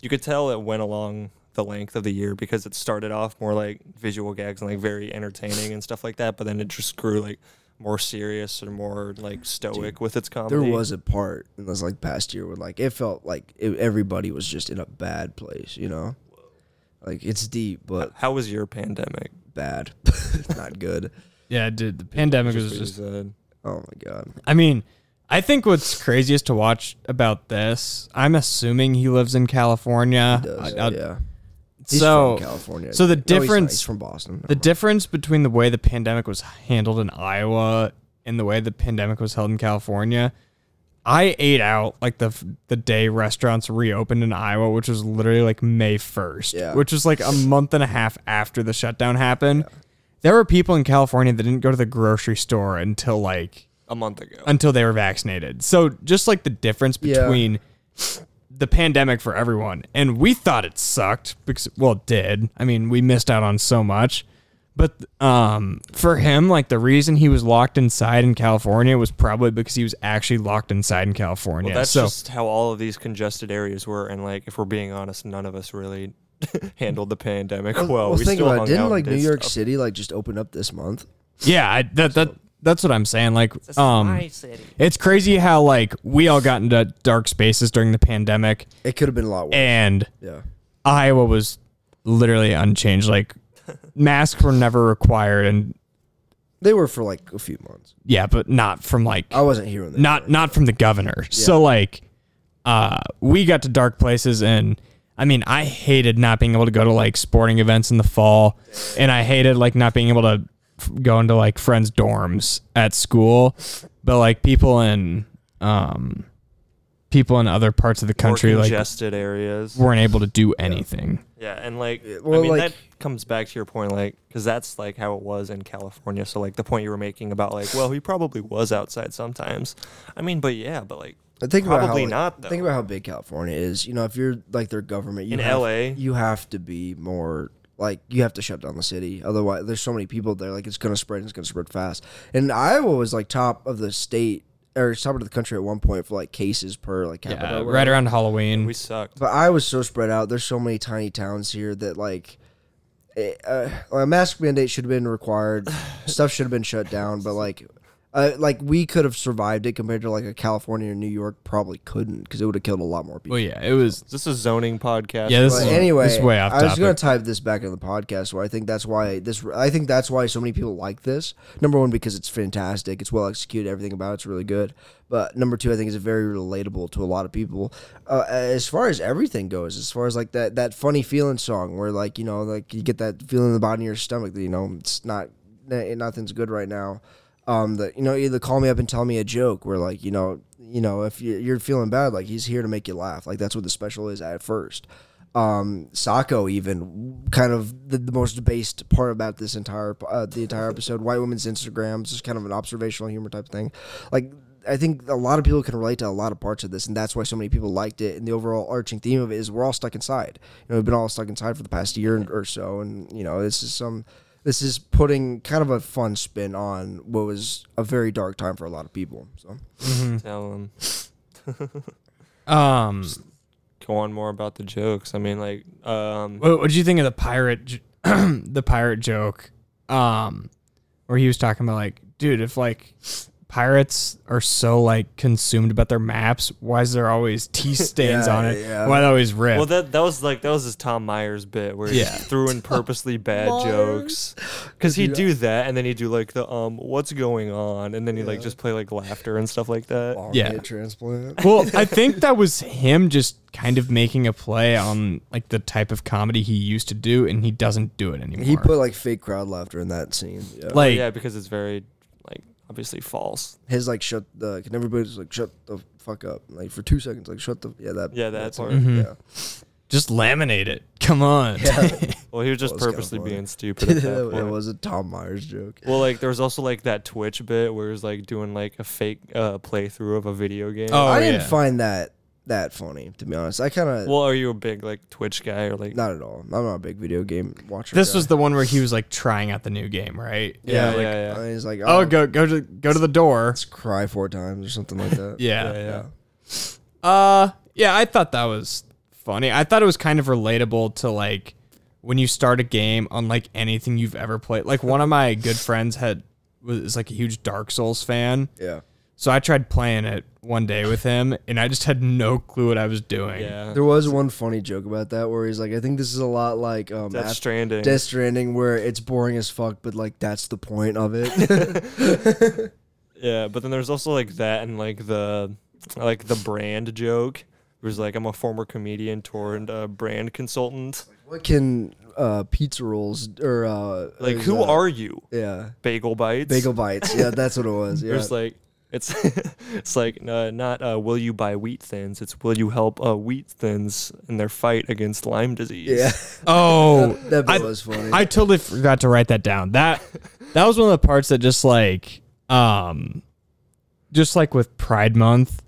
Speaker 5: you could tell it went along the length of the year because it started off more like visual gags and like very entertaining and stuff like that, but then it just grew like more serious or more like stoic with its comedy.
Speaker 4: There was a part in this like past year where like it felt like it, everybody was just in a bad place. You know, like it's deep but
Speaker 5: How was your pandemic?
Speaker 4: bad, not good.
Speaker 3: Yeah, dude. The pandemic was just
Speaker 5: uh,
Speaker 4: Oh my god.
Speaker 3: I mean, I think what's craziest to watch about this, I'm assuming he lives in California.
Speaker 4: Does,
Speaker 3: I- I-
Speaker 4: yeah. He's
Speaker 3: So,
Speaker 4: from California.
Speaker 3: so the
Speaker 4: No, he's not. He's
Speaker 3: difference-
Speaker 4: from Boston.
Speaker 3: the difference between the way the pandemic was handled in Iowa and the way the pandemic was held in California, I ate out like the f- the day restaurants reopened in Iowa, which was literally like May 1st,
Speaker 4: Yeah.
Speaker 3: which was like a month and a half after the shutdown happened. There were people in California that didn't go to the grocery store until like
Speaker 5: a month ago.
Speaker 3: until they were vaccinated. So just like the difference
Speaker 4: Yeah.
Speaker 3: between the pandemic for everyone, and we thought it sucked because well, it did. I mean, we missed out on so much. But um, for him, like the reason he was locked inside in California was probably because he was actually locked inside in California.
Speaker 5: That's
Speaker 3: so
Speaker 5: just how all of these congested areas were, and like if we're being honest, none of us really handled the pandemic well.
Speaker 4: Well,
Speaker 5: we
Speaker 4: think
Speaker 5: still
Speaker 4: about
Speaker 5: hung
Speaker 4: it. Didn't
Speaker 5: out
Speaker 4: like
Speaker 5: and
Speaker 4: New
Speaker 5: did
Speaker 4: York
Speaker 5: stuff.
Speaker 4: City like just open up this month?
Speaker 3: yeah, I, that that that's what I'm saying. Like, um, it's crazy how like we all got into dark spaces during the pandemic,
Speaker 4: It could have been a lot worse.
Speaker 3: and
Speaker 4: yeah.
Speaker 3: Iowa was literally unchanged. Like masks were never required, and
Speaker 4: They were for like a few months.
Speaker 3: yeah, but not from like
Speaker 4: I wasn't here when they
Speaker 3: not not from the governor. So like, uh, we got to dark places, and I mean, I hated not being able to go to like sporting events in the fall, and I hated like not being able to f- go into like friends' dorms at school. But like people in um, people in other parts of the
Speaker 5: More
Speaker 3: country like
Speaker 5: congested areas.
Speaker 3: weren't able to do anything.
Speaker 5: Yeah, and like
Speaker 4: well,
Speaker 5: I mean
Speaker 4: like-
Speaker 5: that comes back to your point, like because that's like how it was in California. So like the point you were making about like, well, he probably was outside sometimes. I mean, but yeah, but like
Speaker 4: I think about
Speaker 5: probably
Speaker 4: how, like,
Speaker 5: not, though.
Speaker 4: Think about how big California is. You know, if you're like their government, you
Speaker 5: In
Speaker 4: have,
Speaker 5: LA.
Speaker 4: you have to be more like you have to shut down the city. Otherwise, there's so many people there. Like it's gonna spread. and It's gonna spread fast. And Iowa was like top of the state or top of the country at one point for like cases per like capita.
Speaker 3: Uh,
Speaker 4: or
Speaker 3: right around Halloween.
Speaker 5: we sucked.
Speaker 4: But I was so spread out. There's so many tiny towns here that like eh, uh, a mask mandate should have been required. Stuff should have been shut down. But like, Uh, like we could have survived it compared to like a California or New York probably couldn't because it would have killed a lot more people.
Speaker 3: Well, yeah, it was.
Speaker 5: This is zoning podcast.
Speaker 3: Yeah, this
Speaker 4: But
Speaker 3: is
Speaker 4: anyway,
Speaker 3: This is way off
Speaker 4: I was going
Speaker 3: topic.
Speaker 4: to type this back in the podcast where I think that's why this. I think that's why so many people like this. Number one, because it's fantastic, it's well executed, everything about it's really good. But number two, I think it's very relatable to a lot of people. Uh, as far as everything goes, as far as like that that funny feeling song where like you know like you get that feeling in the bottom of your stomach that you know it's not n- nothing's good right now. Um, that you know either call me up and tell me a joke where like you know you know if you're, you're feeling bad like he's here to make you laugh like that's what the special is at first um Sako even kind of the, the most debased part about this entire uh, the entire episode white women's instagrams just kind of an observational humor type thing like I think a lot of people can relate to a lot of parts of this and that's why so many people liked it and the overall arching theme of it is we're all stuck inside you know we've been all stuck inside for the past year or so and you know this is some this is putting kind of a fun spin on what was a very dark time for a lot of people so
Speaker 5: Tell them.
Speaker 3: um,
Speaker 5: Go on more about the jokes. I mean, like, um,
Speaker 3: what what did you think of the pirate, j- the pirate joke? Um, where he was talking about like, dude, if like pirates are so like consumed about their maps, why is there always tea stains
Speaker 4: Yeah,
Speaker 3: on it?
Speaker 4: yeah.
Speaker 3: Why they always rip?
Speaker 5: well, that that was like that was his Tom Myers bit where he
Speaker 3: Yeah.
Speaker 5: threw in purposely bad jokes because he'd do that and then he'd do like the um, what's going on, and then he would like just play like laughter and stuff like that.
Speaker 3: Yeah.
Speaker 4: transplant
Speaker 3: well, I think that was him just kind of making a play on like the type of comedy he used to do, and he doesn't do it anymore.
Speaker 4: he put like fake crowd laughter in that scene yeah.
Speaker 3: like
Speaker 5: oh, yeah, because it's very like obviously false.
Speaker 4: his like shut the can everybody just like shut the fuck up like for two seconds like shut the yeah that
Speaker 5: Yeah, that part.
Speaker 3: Mm-hmm.
Speaker 4: yeah
Speaker 3: just laminate it. Come on.
Speaker 5: Well, he was just
Speaker 4: That was kinda
Speaker 5: purposely
Speaker 4: funny.
Speaker 5: being stupid. At that
Speaker 4: it
Speaker 5: point.
Speaker 4: was a Tom Myers joke
Speaker 5: Well, like there was also like that Twitch bit where it was like doing like a fake uh, playthrough of a video game.
Speaker 3: Oh,
Speaker 4: I didn't
Speaker 3: yeah.
Speaker 4: find that that funny to be honest I kind of
Speaker 5: Well, are you a big like Twitch guy or like?
Speaker 4: not at all I'm not a big video game watcher
Speaker 3: This
Speaker 4: guy.
Speaker 3: was the one where he was like trying out the new game, right?
Speaker 5: yeah,
Speaker 3: like,
Speaker 5: yeah,
Speaker 4: I
Speaker 5: yeah.
Speaker 4: mean, he's like oh,
Speaker 3: Oh, go go to go to the door.
Speaker 4: cry four times or something like that
Speaker 3: Yeah.
Speaker 5: yeah.
Speaker 3: Uh yeah, I thought that was funny. I thought it was kind of relatable to like when you start a game on like anything you've ever played. Like one of my good friends had was like a huge Dark Souls fan.
Speaker 4: yeah
Speaker 3: So I tried playing it one day with him and I just had no clue what I was doing.
Speaker 5: yeah.
Speaker 4: there was one funny joke about that where he's like I think this is a lot like um
Speaker 5: Death
Speaker 4: Af-
Speaker 5: Stranding.
Speaker 4: Death Stranding where it's boring as fuck but like that's the point of it
Speaker 5: Yeah, but then there's also like that and like the like the brand joke. It was like I'm a former comedian turned uh, brand consultant.
Speaker 4: what can uh pizza rolls or uh
Speaker 5: Like,
Speaker 4: is,
Speaker 5: who
Speaker 4: uh,
Speaker 5: are you?
Speaker 4: yeah
Speaker 5: Bagel bites.
Speaker 4: Bagel bites. Yeah, that's what it was. Yeah.
Speaker 5: There's like it's it's like uh, not uh, will you buy wheat thins? It's will you help uh, wheat thins in their fight against Lyme disease?
Speaker 4: yeah,
Speaker 3: Oh,
Speaker 4: that bit
Speaker 3: I-
Speaker 4: was funny.
Speaker 3: I totally forgot to write that down. That that was one of the parts that just like um just like with Pride Month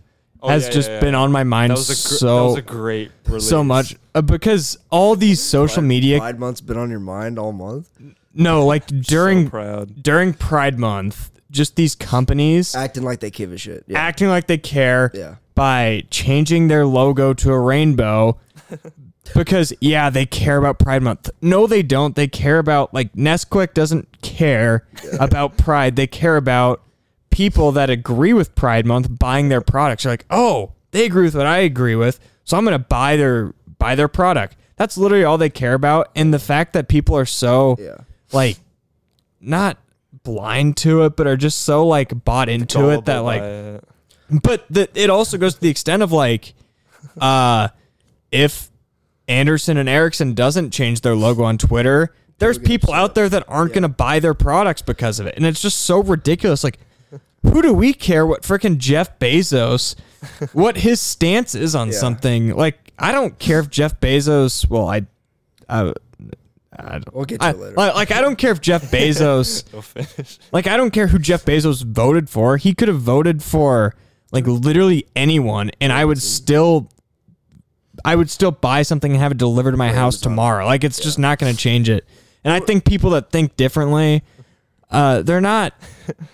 Speaker 3: has
Speaker 5: Oh, yeah,
Speaker 3: just
Speaker 5: yeah, yeah.
Speaker 3: been on my mind
Speaker 5: That was a gr-
Speaker 3: so
Speaker 5: that was a great release.
Speaker 3: so much uh, because all these social media
Speaker 4: Pride Month's been on your mind all month.
Speaker 3: no like during
Speaker 5: So proud.
Speaker 3: during Pride Month just these companies
Speaker 4: Acting like they give a shit. Yeah.
Speaker 3: acting like they care
Speaker 4: Yeah.
Speaker 3: by changing their logo to a rainbow because yeah they care about pride month no they don't they care about like nesquik doesn't care about pride they care about people that agree with pride month buying their products You're like oh they agree with what i agree with so i'm gonna buy their buy their product that's literally all they care about and the fact that people are so
Speaker 4: Yeah.
Speaker 3: like not blind to it but are just so like bought into it that
Speaker 5: Gullible
Speaker 3: like
Speaker 5: by it.
Speaker 3: but the, it also goes to the extent of like uh if anderson and erickson doesn't change their logo on twitter there's people out there that aren't going to buy their products because of it and it's just so ridiculous like who do we care what freaking jeff bezos what his stance is on something like i don't care if jeff bezos well i uh, i, I don't
Speaker 4: We'll get to
Speaker 3: I,
Speaker 4: it later.
Speaker 3: like, like, I don't care if Jeff Bezos,
Speaker 5: Go fish.
Speaker 3: like I don't care who Jeff Bezos voted for. He could have voted for like literally anyone, and I would still, I would still buy something and have it delivered to my house tomorrow. Like it's just not going to change it. And I think people that think differently, uh, they're not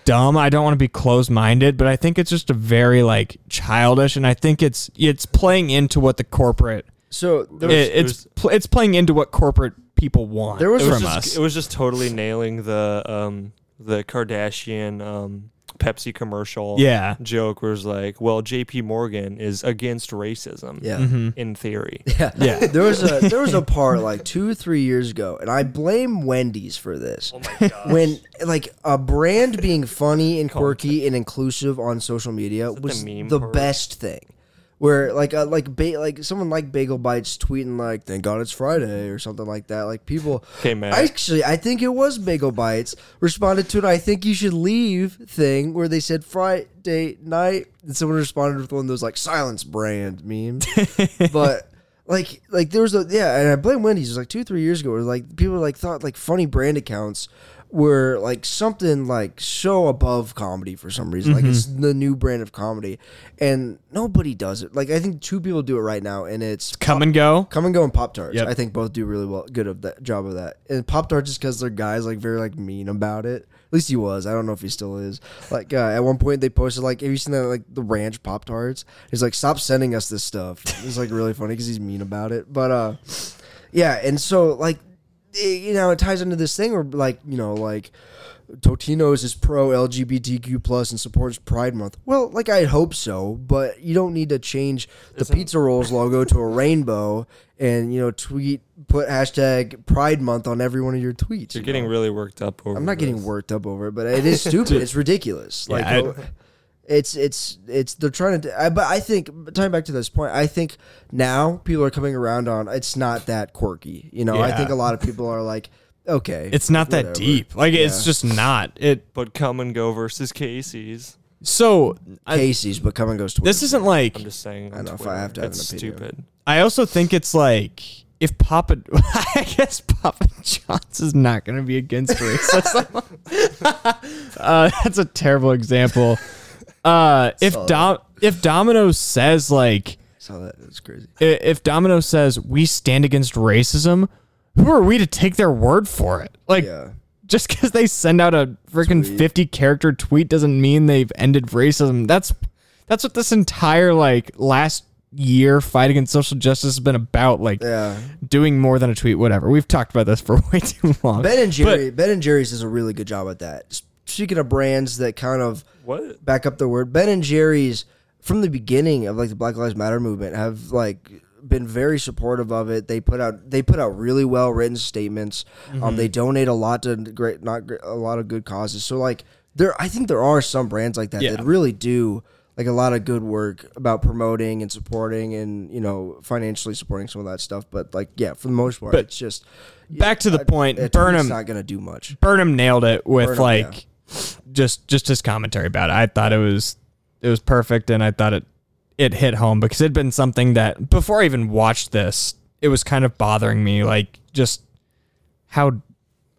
Speaker 3: dumb. I don't want to be closed minded, but I think it's just a very like childish, and I think it's it's playing into what the corporate
Speaker 4: so there was,
Speaker 3: it, it's pl- it's playing into what corporate people want
Speaker 4: There was
Speaker 5: it was
Speaker 3: from
Speaker 5: just
Speaker 3: us.
Speaker 5: it was just totally nailing the um the Kardashian um Pepsi commercial
Speaker 3: Yeah.
Speaker 5: joke where it's like, well, JP Morgan is against racism
Speaker 4: Yeah.
Speaker 3: Mm-hmm.
Speaker 5: in theory.
Speaker 4: Yeah.
Speaker 3: Yeah.
Speaker 4: There was a there was a part like two three years ago, and I blame Wendy's for
Speaker 5: Oh
Speaker 4: this. When like a brand being funny and quirky and inclusive on social media was
Speaker 5: meme
Speaker 4: the
Speaker 5: part?
Speaker 4: best thing. Where like uh, like ba- like someone like Bagel Bites tweeting like "Thank God it's Friday" or something like that. Like people,
Speaker 5: Okay, Matt.
Speaker 4: Actually, I think it was Bagel Bites responded to an "I think you should leave" thing where they said Friday night, and someone responded with one of those like "Silence brand" memes but like like there was a yeah, and I blame Wendy's. It was like two three years ago, where like people like thought like funny brand accounts were like something like so above comedy for some reason. Like it's the new brand of comedy, and nobody does it. Like I think two people do it right now, and it's
Speaker 3: Come and go.
Speaker 4: Come and go and Pop Tarts.
Speaker 3: Yep.
Speaker 4: I think both do really well, good of that job of that. And Pop Tarts is because their guy's like very like mean about it. At least he was. I don't know if he still is. Like uh, at one point they posted like, have you seen that like the ranch Pop Tarts? He's like, stop sending us this stuff. It's like really funny because he's mean about it. But uh, yeah, and so like, it, you know, it ties into this thing where like you know like. Totino's is pro LGBTQ plus and supports Pride Month. Well, like I hope so, but you don't need to change the pizza rolls logo to a rainbow and you know tweet put hashtag Pride Month on every one of your tweets.
Speaker 5: You're getting really worked up over
Speaker 4: I'm not
Speaker 5: this.
Speaker 4: getting worked up over it, but it is stupid. it's ridiculous. Like
Speaker 3: I-
Speaker 4: oh, it's it's it's they're trying to. I, but I think tying back to this point, I think now people are coming around on it's not that quirky. You know, I
Speaker 3: Yeah.
Speaker 4: think a lot of people are like, okay,
Speaker 3: It's not that
Speaker 4: whatever.
Speaker 3: deep. Like it's just not. It
Speaker 5: But come and go versus Casey's.
Speaker 3: so I,
Speaker 4: Casey's, but come and goes. Twitter.
Speaker 3: this isn't like
Speaker 5: I'm just saying.
Speaker 4: I
Speaker 5: on
Speaker 4: know, if I
Speaker 5: Twitter.
Speaker 4: have to have an
Speaker 5: it's
Speaker 4: opinion.
Speaker 5: stupid.
Speaker 3: I also think it's like if Papa, I guess Papa John's is not going to be against racism. uh, that's a terrible example. Uh, if Dom, if Domino says like,
Speaker 4: saw that. It's crazy.
Speaker 3: i- if Domino says we stand against racism, who are we to take their word for it? Like,
Speaker 4: Yeah.
Speaker 3: just because they send out a freaking fifty character tweet doesn't mean they've ended racism. That's that's what this entire like last year fight against social justice has been about. Like,
Speaker 4: Yeah.
Speaker 3: doing more than a tweet, whatever. We've talked about this for way too long.
Speaker 4: Ben and Jerry, Ben and Jerry's does a really good job at that. Speaking of brands that kind of
Speaker 5: What?
Speaker 4: back up the word, Ben and Jerry's from the beginning of like the Black Lives Matter movement have like been very supportive of it. They put out they put out really well written statements.
Speaker 3: Mm-hmm.
Speaker 4: Um, they donate a lot to great not great, a lot of good causes. So like there, I think there are some brands like that
Speaker 3: Yeah.
Speaker 4: that really do like a lot of good work about promoting and supporting and you know financially supporting some of that stuff. But like yeah, for the most part,
Speaker 3: But-
Speaker 4: it's just
Speaker 3: Back to the
Speaker 4: uh,
Speaker 3: point,
Speaker 4: it's
Speaker 3: Burnham
Speaker 4: not gonna do much.
Speaker 3: Burnham nailed it with
Speaker 4: Burnham,
Speaker 3: like just just his commentary about it. I thought it was it was perfect and I thought it it hit home because it'd been something that before I even watched this, it was kind of bothering me, like just how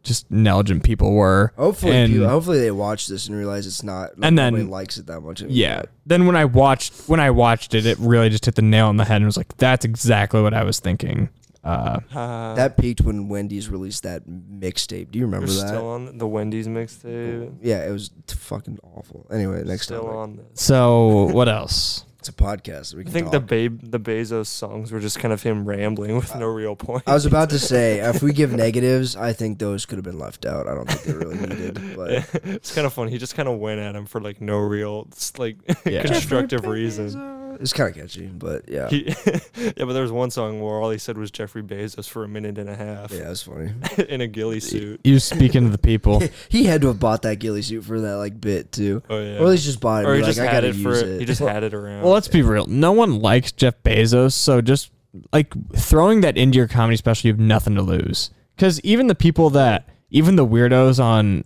Speaker 3: just negligent people were.
Speaker 4: Hopefully,
Speaker 3: And-
Speaker 4: people, hopefully they watch this and realize it's not. Like,
Speaker 3: And then-
Speaker 4: nobody likes it that much.
Speaker 3: Yeah. Then when I watched when I watched it, it really just hit the nail on the head and was like, that's exactly what I was thinking. Uh,
Speaker 4: that peaked when Wendy's released that mixtape. Do you remember
Speaker 5: You're
Speaker 4: that?
Speaker 5: still on the Wendy's mixtape.
Speaker 4: yeah, it was t- fucking awful. Anyway, next
Speaker 5: Still
Speaker 4: time
Speaker 5: on this.
Speaker 3: so what else?
Speaker 4: it's a podcast. We
Speaker 5: I
Speaker 4: can
Speaker 5: think the
Speaker 4: talk.
Speaker 5: Babe, the Bezos songs were just kind of him rambling with no real point.
Speaker 4: Uh, I was about to say if we give negatives, I think those could have been left out. I don't think they really needed. But
Speaker 5: it's kind of funny. He just kind of went at him for like no real, s- like
Speaker 3: Yeah.
Speaker 5: constructive reason.
Speaker 4: it's kind of catchy. But yeah,
Speaker 5: He, yeah, but there was one song where all he said was Jeffrey Bezos for a minute and a half
Speaker 4: yeah, it's funny.
Speaker 5: in a ghillie suit.
Speaker 3: You speaking to the people.
Speaker 4: He had to have bought that ghillie suit for that like bit too,
Speaker 5: Oh yeah,
Speaker 4: or at least just bought it.
Speaker 5: or
Speaker 4: and
Speaker 5: he
Speaker 4: be
Speaker 5: just
Speaker 4: like, I
Speaker 5: had
Speaker 4: gotta
Speaker 5: it for
Speaker 4: use
Speaker 5: he just had it around.
Speaker 3: Well, let's be real. No one likes Jeff Bezos, so just like throwing that into your comedy special, you have nothing to lose. Because even the people that, even the weirdos on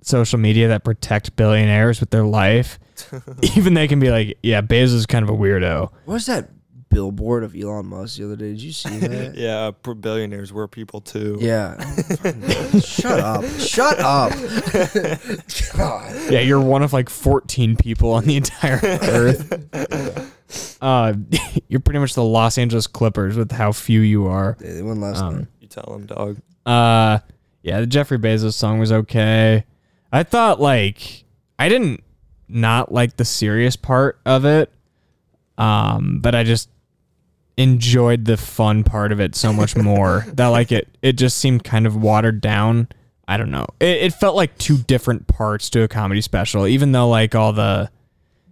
Speaker 3: social media that protect billionaires with their life, even they can be like, yeah, Bezos is kind of a weirdo.
Speaker 4: What was that billboard of Elon Musk the other day? Did you see that?
Speaker 5: yeah, pro- billionaires were people too.
Speaker 4: yeah. Shut up. Shut up. God.
Speaker 3: Yeah, you're one of like 14 people on the entire earth. Uh, you're pretty much the Los Angeles Clippers with how few you are.
Speaker 4: Yeah, they won last night.
Speaker 5: you tell him, dog.
Speaker 3: Uh, yeah, the Jeffrey Bezos song was okay. I thought like I didn't not like the serious part of it, um, but I just enjoyed the fun part of it so much more that like it it just seemed kind of watered down. I don't know. It, it felt like two different parts to a comedy special, even though like all the,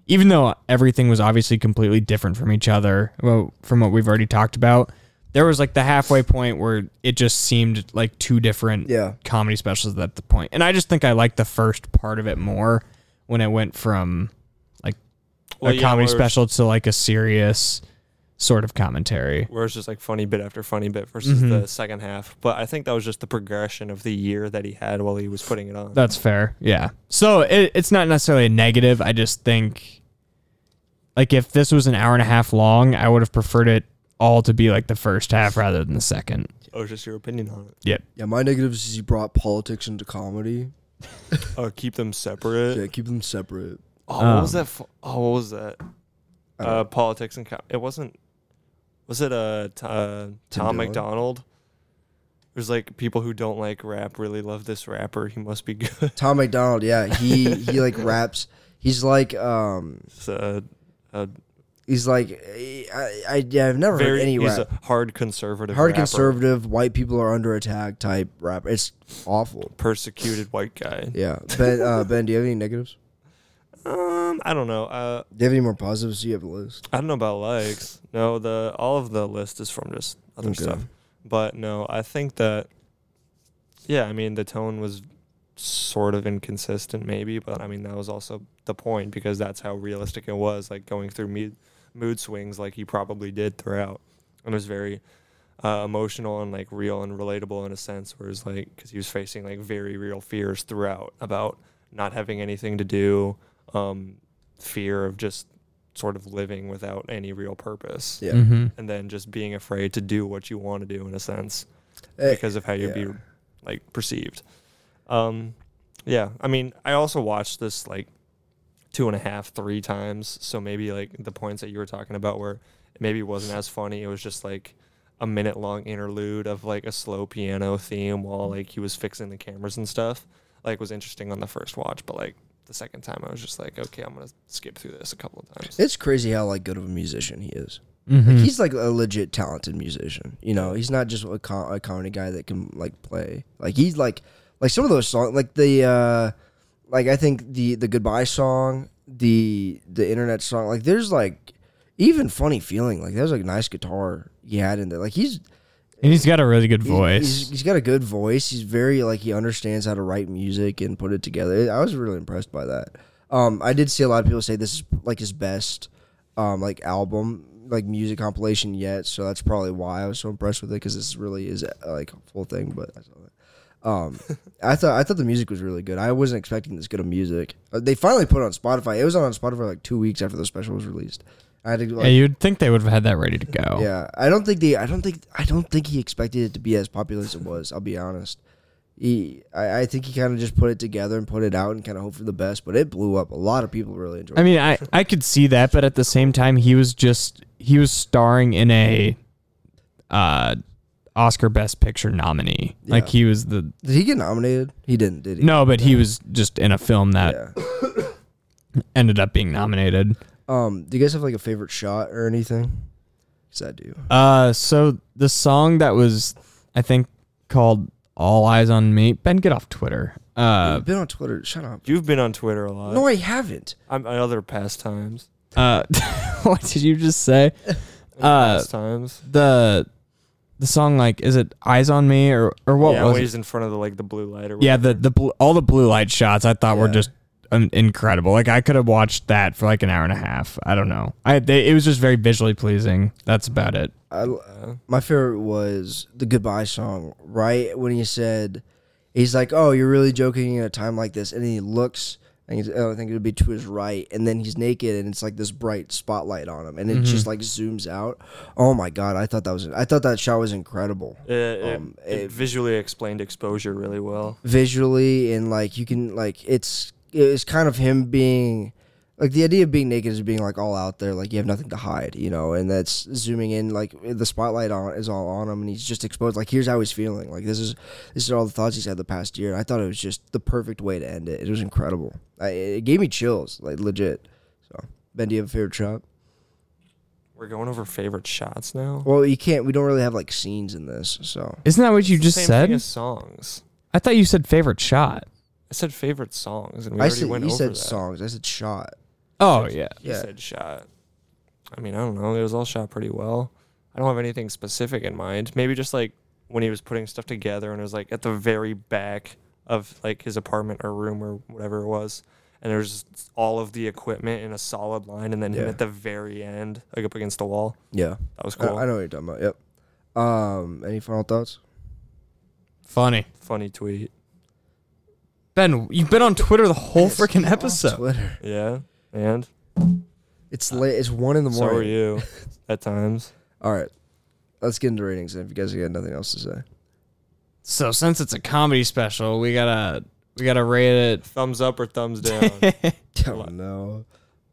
Speaker 3: even though everything was obviously completely different from each other, well, from what we've already talked about. There was like the halfway point where it just seemed like two different
Speaker 4: Yeah.
Speaker 3: comedy specials at the point. And I just think I liked the first part of it more when it went from like
Speaker 5: Well,
Speaker 3: a
Speaker 5: yeah,
Speaker 3: comedy
Speaker 5: where-
Speaker 3: special to like a serious sort of commentary.
Speaker 5: where it's just like funny bit after funny bit versus
Speaker 3: Mm-hmm.
Speaker 5: the second half. But I think that was just the progression of the year that he had while he was putting it on.
Speaker 3: That's fair. Yeah. So it, it's not necessarily a negative. I just think, like, if this was an hour and a half long, I would have preferred it all to be like the first half rather than the second.
Speaker 5: oh, it's just your opinion on it.
Speaker 3: Yep.
Speaker 4: Yeah, my negatives is you brought politics into comedy.
Speaker 5: Oh, keep them separate.
Speaker 4: Yeah, keep them separate.
Speaker 5: Oh, what
Speaker 4: Um,
Speaker 5: was that? Fu- oh, what was that? Uh, politics and co- it wasn't. Was it uh, t- uh Tom
Speaker 4: Dillon?
Speaker 5: McDonald? There's like people who don't like rap really love this rapper. He must be good.
Speaker 4: Tom McDonald, yeah, he he like raps. He's like um
Speaker 5: It's a, a
Speaker 4: he's like I, I yeah, I've never heard
Speaker 5: very
Speaker 4: any
Speaker 5: he's
Speaker 4: rap.
Speaker 5: a hard conservative.
Speaker 4: Hard
Speaker 5: rapper,
Speaker 4: conservative, white people are under attack type rapper. It's awful.
Speaker 5: persecuted white guy.
Speaker 4: Yeah. Ben uh, Ben, do you have any negatives?
Speaker 5: Um, I don't know. Uh,
Speaker 4: Do you have any more positives? Do you have a list?
Speaker 5: I don't know about likes. No, the all of the list is from just other
Speaker 4: Okay.
Speaker 5: stuff. But no, I think that yeah, I mean the tone was sort of inconsistent maybe, but I mean that was also the point because that's how realistic it was, like going through mood mood swings like he probably did throughout. And it was very uh, emotional and like real and relatable in a sense, whereas like because he was facing like very real fears throughout about not having anything to do, um, fear of just sort of living without any real purpose,
Speaker 4: Yeah.
Speaker 3: Mm-hmm.
Speaker 5: and then just being afraid to do what you want to do in a sense
Speaker 4: Eh,
Speaker 5: because of how you'd
Speaker 4: yeah.
Speaker 5: be like perceived. Um, yeah, I mean, I also watched this like two and a half, three times, so maybe like the points that you were talking about where it maybe wasn't as funny. It was just like a minute long interlude of like a slow piano theme while like he was fixing the cameras and stuff. Like was interesting on the first watch, but like the second time I was just like, okay, I'm gonna skip through this a couple of times.
Speaker 4: It's crazy how like good of a musician he is.
Speaker 3: Mhm.
Speaker 4: Like, he's like a legit talented musician. You know, he's not just a, co- a comedy guy that can like play. Like he's like like some of those songs, like the uh like I think the the goodbye song, the the internet song. Like there's like even funny feeling. Like there's like nice guitar he had in there. Like he's
Speaker 3: And he's got a really good
Speaker 4: he's-
Speaker 3: voice.
Speaker 4: He's, he's got a good voice. He's very like he understands how to write music and put it together. I was really impressed by that. Um, I did see a lot of people say this is like his best um, like album like music compilation yet. So that's probably why I was so impressed with it because this really is uh, like a full thing. But I saw that. Um, I thought I thought the music was really good. I wasn't expecting this good of music. Uh, They finally put it on Spotify. It was on Spotify like two weeks after the special was released. I had to like,
Speaker 3: yeah, you'd think they would have had that ready to go.
Speaker 4: yeah, I don't think the I don't think I don't think he expected it to be as popular as it was. I'll be honest. He, I, I think he kind of just put it together and put it out and kind of hoped for the best, but it blew up. A lot of people really enjoyed.
Speaker 3: I
Speaker 4: it.
Speaker 3: mean, I, I could see that, but at the same time, he was just he was starring in a uh, Oscar Best Picture nominee. Like he was the
Speaker 4: Did he get nominated? He didn't, did he?
Speaker 3: no, but he was just in a film that
Speaker 4: Yeah.
Speaker 3: ended up being nominated.
Speaker 4: Um. Do you guys have like a favorite shot or anything? Cause I do.
Speaker 3: Uh, so the song that was, I think, called "All Eyes on Me." Ben, get off Twitter. Uh,
Speaker 4: I've been on Twitter. Shut up.
Speaker 5: You've been on Twitter a lot.
Speaker 4: No, I haven't.
Speaker 5: I'm other pastimes.
Speaker 3: uh, what did you just say? Uh,
Speaker 5: pastimes.
Speaker 3: the the song like is it "Eyes on Me" or or what
Speaker 5: yeah,
Speaker 3: was?
Speaker 5: when
Speaker 3: it?
Speaker 5: he's in front of the like the blue light or
Speaker 3: Yeah,
Speaker 5: whatever.
Speaker 3: the the blue, all the blue light shots I thought were
Speaker 4: Yeah.
Speaker 3: just um, incredible. Like I could have watched that for like an hour and a half. I don't know. I they, it was just very visually pleasing. That's about it.
Speaker 4: I, my favorite was the goodbye song. Right when he said, he's like, "Oh, you're really joking at a time like this," and he looks. And he's, oh, I think it would be to his right, and then he's naked, and it's like this bright spotlight on him, and it just like zooms out. Oh my god, I thought that was I thought that shot was incredible
Speaker 5: It, it-
Speaker 4: Um,
Speaker 5: it
Speaker 4: it-
Speaker 5: visually explained exposure really well.
Speaker 4: visually, and like you can like it's it's kind of him being like the idea of being naked is being like all out there, like you have nothing to hide, you know, and that's zooming in like the spotlight on is all on him, and he's just exposed. Like here's how he's feeling. Like this is this is all the thoughts he's had the past year. And I thought it was just the perfect way to end it. It was incredible. I, it gave me chills, like legit. So Ben, do you have a favorite shot?
Speaker 5: We're going over favorite shots now.
Speaker 4: Well, you can't. We don't really have like scenes in this, so
Speaker 3: Isn't that what you just
Speaker 5: Same
Speaker 3: said?
Speaker 5: thing as songs.
Speaker 3: I I thought you said favorite shot.
Speaker 5: I said favorite songs, and we
Speaker 4: I
Speaker 5: already
Speaker 4: said
Speaker 5: went
Speaker 4: you
Speaker 5: over
Speaker 4: said
Speaker 5: that.
Speaker 4: songs. I said shot.
Speaker 3: Oh yeah.
Speaker 5: You
Speaker 4: Yeah.
Speaker 5: said shot. I mean, I don't know. It was all shot pretty well. I don't have anything specific in mind. Maybe just like when he was putting stuff together and it was like at the very back of like his apartment or room or whatever it was. And there's just all of the equipment in a solid line and then him
Speaker 4: Yeah.
Speaker 5: at the very end, like up against the wall.
Speaker 4: Yeah,
Speaker 5: That was
Speaker 4: I-
Speaker 5: cool.
Speaker 4: I, know what you're talking about. Yep. Um, any final thoughts?
Speaker 3: Funny.
Speaker 5: Funny tweet.
Speaker 3: Ben, you've been on Twitter the whole freaking episode.
Speaker 4: Twitter.
Speaker 5: Yeah. And
Speaker 4: It's late. It's one in the
Speaker 5: so
Speaker 4: morning.
Speaker 5: are you at times.
Speaker 4: All right, let's get into ratings. Then, if you guys got nothing else to say,
Speaker 3: So since it's a comedy special, we gotta we gotta rate it.
Speaker 5: Thumbs up or thumbs down.
Speaker 4: oh no,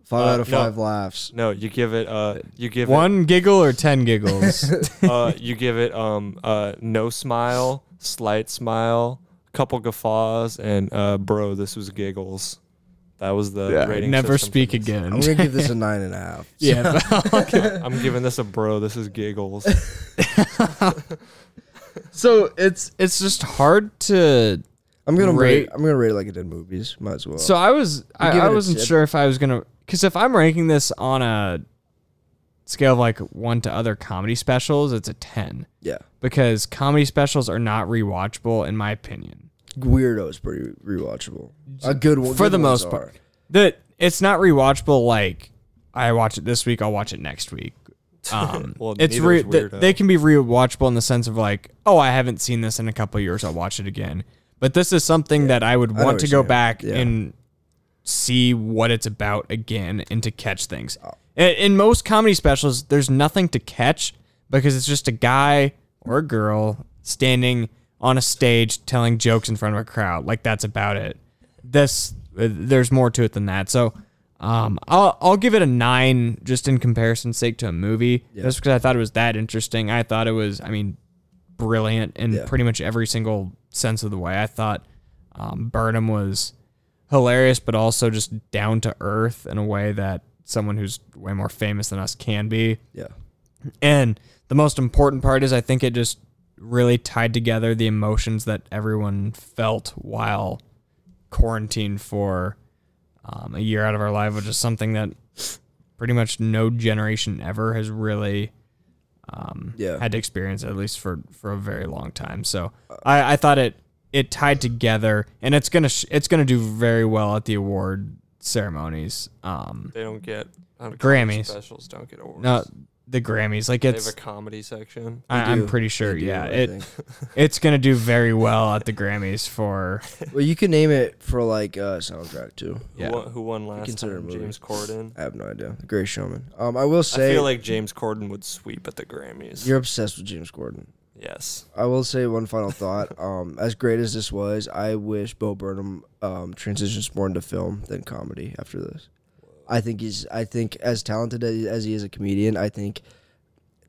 Speaker 4: five
Speaker 5: Uh,
Speaker 4: out of
Speaker 5: no.
Speaker 4: five laughs.
Speaker 5: no, you give it uh you give it
Speaker 3: One giggle or ten giggles.
Speaker 5: uh, you give it um uh no smile, slight smile, couple guffaws, and uh bro, this was giggles. That was the rating.
Speaker 3: Never
Speaker 5: system for
Speaker 3: speak
Speaker 5: this.
Speaker 4: I'm
Speaker 3: again.
Speaker 4: gonna give this a nine and a half.
Speaker 3: Yeah.
Speaker 5: I'm giving this a bro. This is giggles.
Speaker 3: so it's it's just hard to
Speaker 4: I'm gonna rate.
Speaker 3: Rate-
Speaker 4: I'm gonna rate it like I did movies. Might as well.
Speaker 3: So I was I,
Speaker 4: give it
Speaker 3: I
Speaker 4: a
Speaker 3: wasn't
Speaker 4: tip.
Speaker 3: sure if I was gonna because if I'm ranking this on a scale of like one to other comedy specials, it's a ten
Speaker 4: yeah,
Speaker 3: because comedy specials are not rewatchable in my opinion.
Speaker 4: Weirdo is pretty rewatchable. A good one
Speaker 3: For
Speaker 4: good
Speaker 3: the
Speaker 4: ones
Speaker 3: most
Speaker 4: are.
Speaker 3: part. That it's not rewatchable. Like I watch it this week, I'll watch it next week. Um,
Speaker 5: Well,
Speaker 3: it's
Speaker 5: neither
Speaker 3: re-
Speaker 5: is
Speaker 3: th-
Speaker 5: weirdo.
Speaker 3: they can be rewatchable in the sense of like, oh, I haven't seen this in a couple years, I'll watch it again. But this is something that I would
Speaker 4: know
Speaker 3: want
Speaker 4: what
Speaker 3: to
Speaker 4: you're
Speaker 3: go
Speaker 4: saying.
Speaker 3: back
Speaker 4: Yeah.
Speaker 3: and see what it's about again and to catch things. In, in most comedy specials, there's nothing to catch because it's just a guy or a girl standing on a stage telling jokes in front of a crowd. Like that's about it. This uh, there's more to it than that. So um, I'll I'll give it a nine just in comparison's sake to a movie. Just because I thought it was that interesting. I thought it was. I mean, brilliant in
Speaker 4: Yeah.
Speaker 3: pretty much every single sense of the way. I thought um, Burnham was hilarious, but also just down to earth in a way that someone who's way more famous than us can be.
Speaker 4: Yeah,
Speaker 3: And the most important part is I think it just really tied together the emotions that everyone felt while quarantined for um, a year out of our life, which is something that pretty much no generation ever has really
Speaker 4: yeah.
Speaker 3: Mm-hmm. had to experience at least for for a very long time. So I, I thought it it tied together, and it's gonna sh- it's gonna do very well at the award ceremonies. Um,
Speaker 5: they don't get I don't-
Speaker 3: Grammys.
Speaker 5: specials. Don't get awards.
Speaker 3: no, the Grammys, like
Speaker 5: they have a
Speaker 3: it's
Speaker 5: comedy section.
Speaker 3: I,
Speaker 4: do.
Speaker 3: I'm pretty sure,
Speaker 4: They do,
Speaker 3: yeah,
Speaker 4: I
Speaker 3: it it's gonna do very well at the Grammys for
Speaker 4: well, you can name it for like uh, soundtrack too.
Speaker 3: yeah.
Speaker 5: Who, won, who won last
Speaker 4: consider
Speaker 5: time?
Speaker 4: a movie.
Speaker 5: James Corden.
Speaker 4: I have no idea. The Great Showman. Um, I will say
Speaker 5: I feel like James Corden would sweep at the Grammys.
Speaker 4: you're obsessed with James Gordon.
Speaker 5: yes.
Speaker 4: I will say one final thought. Um, as great as this was, I wish Bo Burnham um, transitions more into film than comedy after this. I think he's. I think as talented as as he is a comedian, I think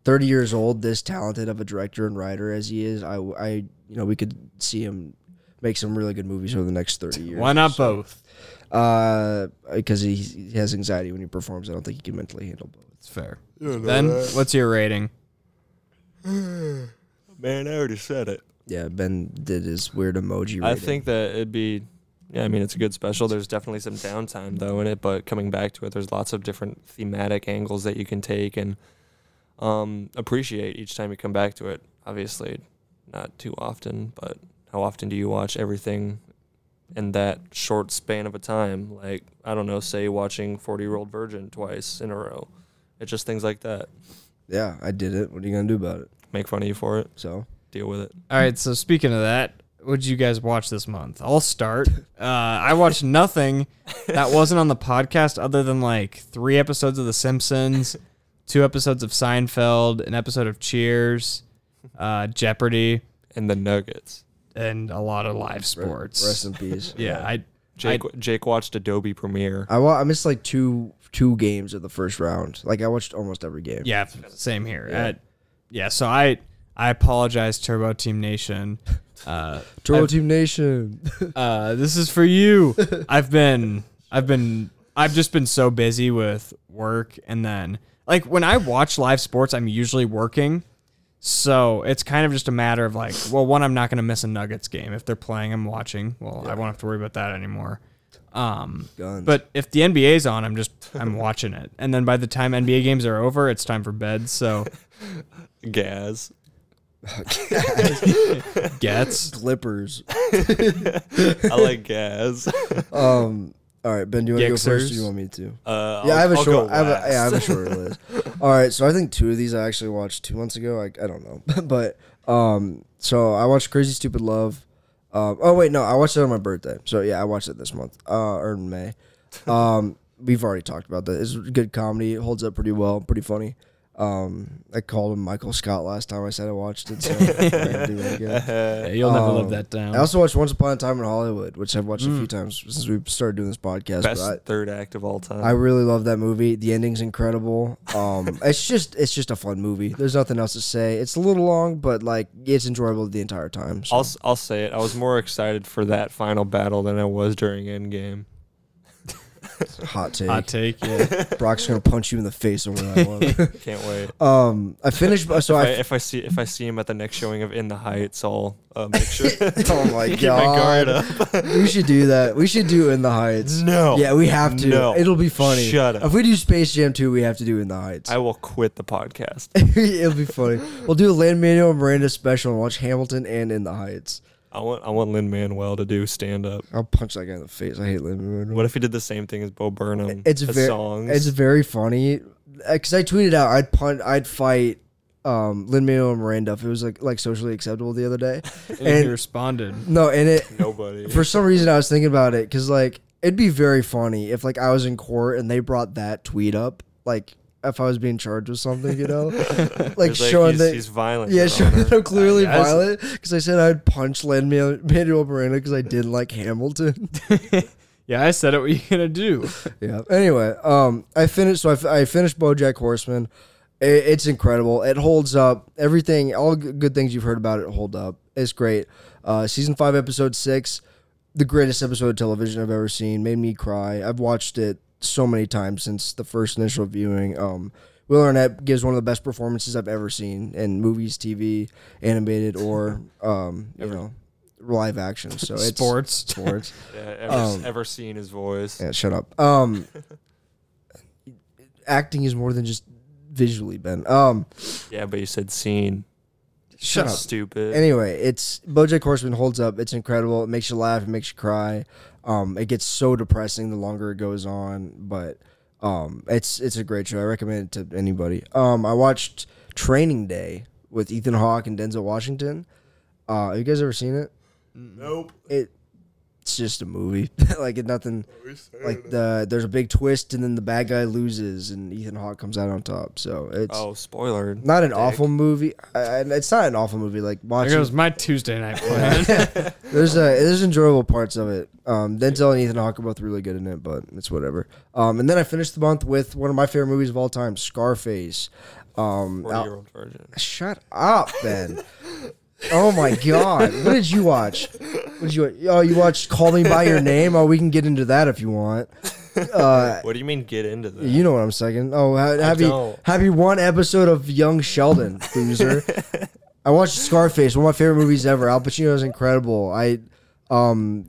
Speaker 4: thirty years old, this talented of a director and writer as he is, I, I you know, we could see him make some really good movies over the next thirty years.
Speaker 3: why not both?
Speaker 4: Uh, because he, he has anxiety when he performs. I don't think he can mentally handle both.
Speaker 3: It's fair. Then what's your rating?
Speaker 5: Man, I already said it.
Speaker 4: Yeah, Ben did his weird emoji. Rating.
Speaker 5: I think that it'd be, yeah, I mean, it's a good special. There's definitely some downtime, though, in it, but coming back to it, there's lots of different thematic angles that you can take and um, appreciate each time you come back to it. Obviously, not too often, but how often do you watch everything in that short span of a time? Like, I don't know, say watching 40 Year Old Virgin twice in a row. It's just things like that.
Speaker 4: Yeah, I did it. What are you gonna do about it?
Speaker 5: Make fun of you for it,
Speaker 4: So.
Speaker 5: deal with it.
Speaker 3: All right, so speaking of that, what did you guys watch this month? I'll start. Uh, I watched nothing that wasn't on the podcast other than like three episodes of The Simpsons, two episodes of Seinfeld, an episode of Cheers, uh, Jeopardy,
Speaker 5: And the Nuggets.
Speaker 3: and a lot of live sports.
Speaker 4: Rest in peace.
Speaker 3: yeah, I
Speaker 5: Jake, Jake watched Adobe Premiere.
Speaker 4: I wa- I missed like two two games of the first round. Like I watched almost every game.
Speaker 3: Yeah, same here. Yeah, yeah so I I apologize, Turbo Team Nation. Uh,
Speaker 4: Turbo Team Nation.
Speaker 3: uh, this is for you. I've been, I've been, I've just been so busy with work, and then like when I watch live sports, I'm usually working. So it's kind of just a matter of like, well, one, I'm not going to miss a Nuggets game if they're playing. I'm watching. Well, I won't have to worry about that anymore. Um,
Speaker 4: Guns.
Speaker 3: but if the NBA's on, I'm just I'm watching it, and then by the time NBA games are over, it's time for bed. So
Speaker 5: Gas.
Speaker 3: gets
Speaker 4: Clippers.
Speaker 5: I like gas.
Speaker 4: Um. All right, Ben. Do you want to go first? Or do
Speaker 3: Yixers.
Speaker 4: you want me to?
Speaker 5: Uh,
Speaker 4: yeah,
Speaker 5: I'll-
Speaker 4: I have a
Speaker 5: I'll go
Speaker 4: short. I have a,
Speaker 5: last.
Speaker 4: yeah, I have a short list. All right, so I think two of these I actually watched two months ago. I, I don't know, but um, so I watched Crazy Stupid Love. Um, oh wait, no, I watched it on my birthday. So yeah, I watched it this month, uh, or in May. Um, we've already talked about that. It's good comedy. It holds up pretty well. Pretty funny. Um, I called him Michael Scott last time I said I watched it. So I'm gonna do that again.
Speaker 3: you'll never
Speaker 4: Um,
Speaker 3: live Oh. that down.
Speaker 4: I also watched Once Upon a Time in Hollywood, which I've watched a few times since we started doing this podcast.
Speaker 5: Best
Speaker 4: but I-
Speaker 5: third act of all time.
Speaker 4: I really love that movie. The ending's incredible. Um, it's just it's just a fun movie. There's nothing else to say. It's a little long, but like it's enjoyable the entire time. So.
Speaker 5: I'll s- I'll say it. I was more excited for that final battle than I was during Endgame.
Speaker 4: hot take.
Speaker 3: Hot take. Yeah.
Speaker 4: Brock's gonna punch you in the face over that one.
Speaker 5: Can't wait.
Speaker 4: um, I finished. So
Speaker 5: if, I,
Speaker 4: I.
Speaker 5: if I see if I see him at the next showing of In the Heights, I'll uh, make sure keep
Speaker 4: oh my
Speaker 5: my
Speaker 4: god.
Speaker 5: guard up.
Speaker 4: we should do that. We should do in the heights.
Speaker 5: No.
Speaker 4: Yeah, we have to.
Speaker 5: No.
Speaker 4: It'll be funny.
Speaker 5: Shut up.
Speaker 4: If we do Space Jam 2, we have to do in the heights.
Speaker 5: I will quit the podcast.
Speaker 4: It'll be funny. We'll do a Land Manuel Miranda special and watch Hamilton and In the Heights.
Speaker 5: I want I want Lin Manuel to do stand up.
Speaker 4: I'll punch that guy in the face. I hate Land Manuel.
Speaker 5: What if he did the same thing as Bo Burnham?
Speaker 4: it's
Speaker 5: his
Speaker 4: very
Speaker 5: songs.
Speaker 4: it's very funny because I tweeted out I'd punt I'd fight um Lin Manuel Miranda if it was like like socially acceptable the other day
Speaker 3: And, he
Speaker 4: and
Speaker 3: responded.
Speaker 4: no and it
Speaker 5: nobody.
Speaker 4: for some reason I was thinking about it because like it'd be very funny if like I was in court and they brought that tweet up like if I was being charged with something you know like
Speaker 5: He's like,
Speaker 4: showing
Speaker 5: he's,
Speaker 4: that
Speaker 5: he's violent.
Speaker 4: yeah
Speaker 5: Your
Speaker 4: showing
Speaker 5: Honor.
Speaker 4: that I'm clearly
Speaker 3: I guess.
Speaker 4: violent because I said I'd punch Lin Manuel Miranda because I didn't like Hamilton.
Speaker 3: Yeah, I said it. What you gonna do?
Speaker 4: Yeah. Anyway, um, I finished. So I, f- I finished BoJack Horseman. I it's incredible. It holds up. Everything, all g- good things you've heard about it, hold up. It's great. Uh, season five, episode six, the greatest episode of television I've ever seen. Made me cry. I've watched it so many times since the first initial viewing. Um, Will Arnett gives one of the best performances I've ever seen in movies, TV, animated, or um, you know, live action. So it's
Speaker 3: Sports.
Speaker 4: Sports.
Speaker 5: Yeah, ever,
Speaker 4: Um,
Speaker 5: ever seen his voice?
Speaker 4: Yeah, shut up. Um, acting is more than just visually, Ben. Um,
Speaker 5: Yeah, but you said seen.
Speaker 4: shut up.
Speaker 5: Stupid.
Speaker 4: Anyway, it's BoJack Horseman holds up. It's incredible. It makes you laugh. It makes you cry. Um, it gets so depressing the longer it goes on, but um, it's it's a great show. I recommend it to anybody. Um, I watched Training Day with Ethan Hawke and Denzel Washington. Uh, have you guys ever seen it? Nope. It it's just a movie. like it nothing. Like the there's a big twist and then the bad guy loses and Ethan Hawke comes out on top. So it's.
Speaker 5: oh, spoiler.
Speaker 4: Not an awful movie. I, I- it's not an awful movie. Like
Speaker 3: There
Speaker 4: watching,
Speaker 3: goes my Tuesday night plan.
Speaker 4: there's a there's enjoyable parts of it. Um, Denzel and Ethan Hawke are both really good in it, but it's whatever. Um, and then I finished the month with one of my favorite movies of all time, Scarface. Um,
Speaker 5: Forty
Speaker 4: out-
Speaker 5: year old virgin.
Speaker 4: shut up, Ben. oh my god, what did you watch? What did you? Watch? Oh, you watched Call Me by Your Name. Oh, we can get into that if you want. Uh,
Speaker 5: What do you mean get into that?
Speaker 4: you know what I'm saying. Oh, ha- happy
Speaker 5: don't.
Speaker 4: happy one episode of Young Sheldon, loser. I watched Scarface, one of my favorite movies ever. Al Pacino is incredible. I um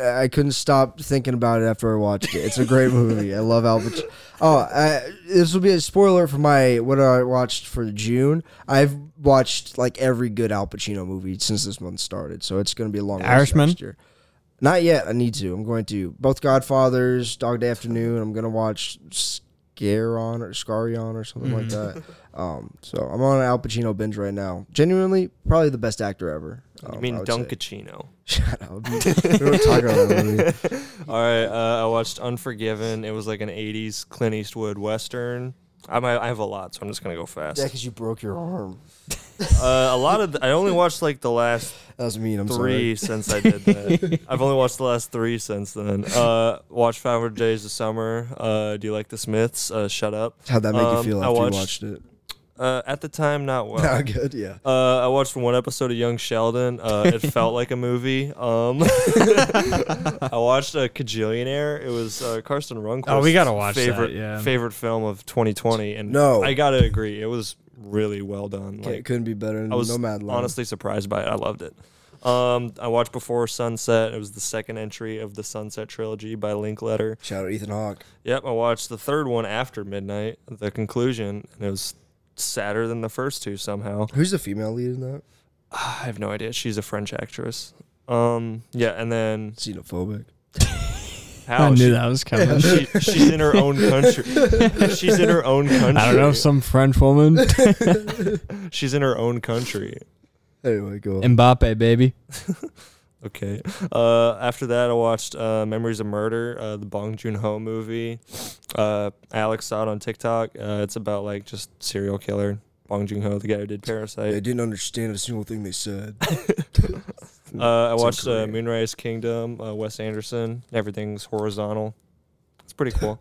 Speaker 4: I couldn't stop thinking about it after I watched it. It's a great movie. I love Al Pacino. Oh, I, this will be a spoiler for my what I watched for June. I've watched like every good Al Pacino movie since this month started, so it's going to be a long list
Speaker 3: Irishman?
Speaker 4: next year. Not yet. I need to. I'm going to both Godfathers, Dog Day Afternoon. I'm going to watch Scaron or Scarion or something like
Speaker 5: Mm-hmm.
Speaker 4: that. Um, so I'm on an Al Pacino binge right now. Genuinely, probably the best actor ever.
Speaker 5: You
Speaker 4: um, I
Speaker 5: mean
Speaker 4: would say.
Speaker 5: Dunkachino?
Speaker 4: Shut up. We were talking about that movie.
Speaker 5: All right, uh, I watched Unforgiven. It was like an '80s Clint Eastwood western. I might, I have a lot, so I'm just gonna go fast.
Speaker 4: Yeah, because you broke your arm.
Speaker 5: Uh, a lot of the, I only watched like the last
Speaker 4: That was mean. I'm
Speaker 5: three since I did that. I've only watched the last three since then. Uh, watched Five Hundred Days of Summer. Uh, Do you like the Smiths? Uh, shut up.
Speaker 4: sorry. How'd that make you
Speaker 5: Um,
Speaker 4: feel
Speaker 5: I
Speaker 4: after
Speaker 5: watched-
Speaker 4: you watched it?
Speaker 5: Uh, at the time, not well.
Speaker 4: Not good. Yeah.
Speaker 5: Uh, I watched one episode of Young Sheldon. Uh, it felt like a movie. Um, I watched a Cajillionaire. It was uh, Karsten Rundquist's
Speaker 3: Oh, we gotta watch that,
Speaker 5: favorite
Speaker 3: yeah.
Speaker 5: favorite film of 2020, and
Speaker 4: No.
Speaker 5: I gotta agree, it was really well done.
Speaker 4: Can't-
Speaker 5: Like
Speaker 4: couldn't be better than
Speaker 5: I was
Speaker 4: Nomadland.
Speaker 5: honestly surprised by it. I loved it. Um, I watched Before Sunset. It was the second entry of the Sunset trilogy by Linkletter.
Speaker 4: Shout out Ethan Hawke.
Speaker 5: Yep, I watched the third one after midnight, the conclusion, and it was sadder than the first two somehow.
Speaker 4: Who's the female lead in that?
Speaker 5: I have no idea. She's a French actress. Um, yeah, and then
Speaker 4: Xenophobic.
Speaker 5: how
Speaker 3: I knew
Speaker 5: she-
Speaker 3: that was coming.
Speaker 5: She, she's in her own country. She's in her own country.
Speaker 3: I don't know, some French woman.
Speaker 5: She's in her own country.
Speaker 4: Anyway, go. on.
Speaker 3: Mbappe, baby.
Speaker 5: Okay. Uh, after that, I watched uh, Memories of Murder, uh, the Bong Joon Ho movie. Uh, Alex saw it on TikTok. Uh, it's about like just serial killer Bong Joon Ho, the guy who did
Speaker 4: I
Speaker 5: Parasite.
Speaker 4: didn't understand a single thing they said.
Speaker 5: Uh, I
Speaker 4: It's in
Speaker 5: watched uh,
Speaker 4: Korea.
Speaker 5: Moonrise Kingdom, uh, Wes Anderson. Everything's horizontal. It's pretty cool.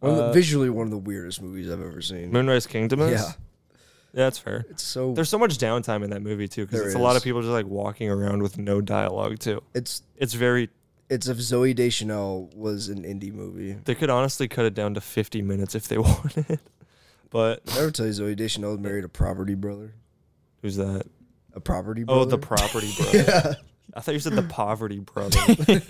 Speaker 4: One of the-
Speaker 5: Uh,
Speaker 4: visually, one of the weirdest movies I've ever seen.
Speaker 5: Moonrise Kingdom is?
Speaker 4: Yeah,
Speaker 5: Yeah, that's fair.
Speaker 4: it's so
Speaker 5: There's so much downtime in that movie too, because
Speaker 4: There
Speaker 5: it's a
Speaker 4: is.
Speaker 5: lot of people just like walking around with no dialogue too.
Speaker 4: it's
Speaker 5: It's very.
Speaker 4: it's if Zoe Deschanel was an indie movie.
Speaker 5: They could honestly cut it down to 50 minutes if they wanted. But
Speaker 4: Did I ever tell you Zoe Deschanel married a property brother?
Speaker 5: who's that?
Speaker 4: A property brother?
Speaker 5: Oh, the property brother. I thought you said the poverty brother.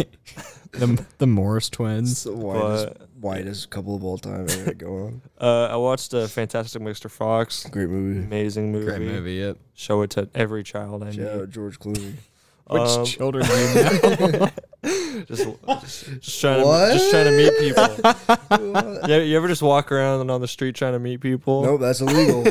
Speaker 3: The, the Morris twins.
Speaker 4: It's the widest,
Speaker 5: But-
Speaker 4: widest couple of all time. I gotta go on.
Speaker 5: uh, I watched uh, Fantastic Mr. Fox.
Speaker 4: Great movie.
Speaker 5: Amazing movie.
Speaker 3: yep.
Speaker 5: Show it to every child I
Speaker 4: Shout out
Speaker 5: meet.
Speaker 4: George Clooney.
Speaker 3: Which
Speaker 5: Um,
Speaker 3: children do you know?
Speaker 5: just, just, just trying to, just trying to meet people.
Speaker 4: What?
Speaker 5: you, you ever just walk around and on the street trying to meet people?
Speaker 4: nope, that's illegal.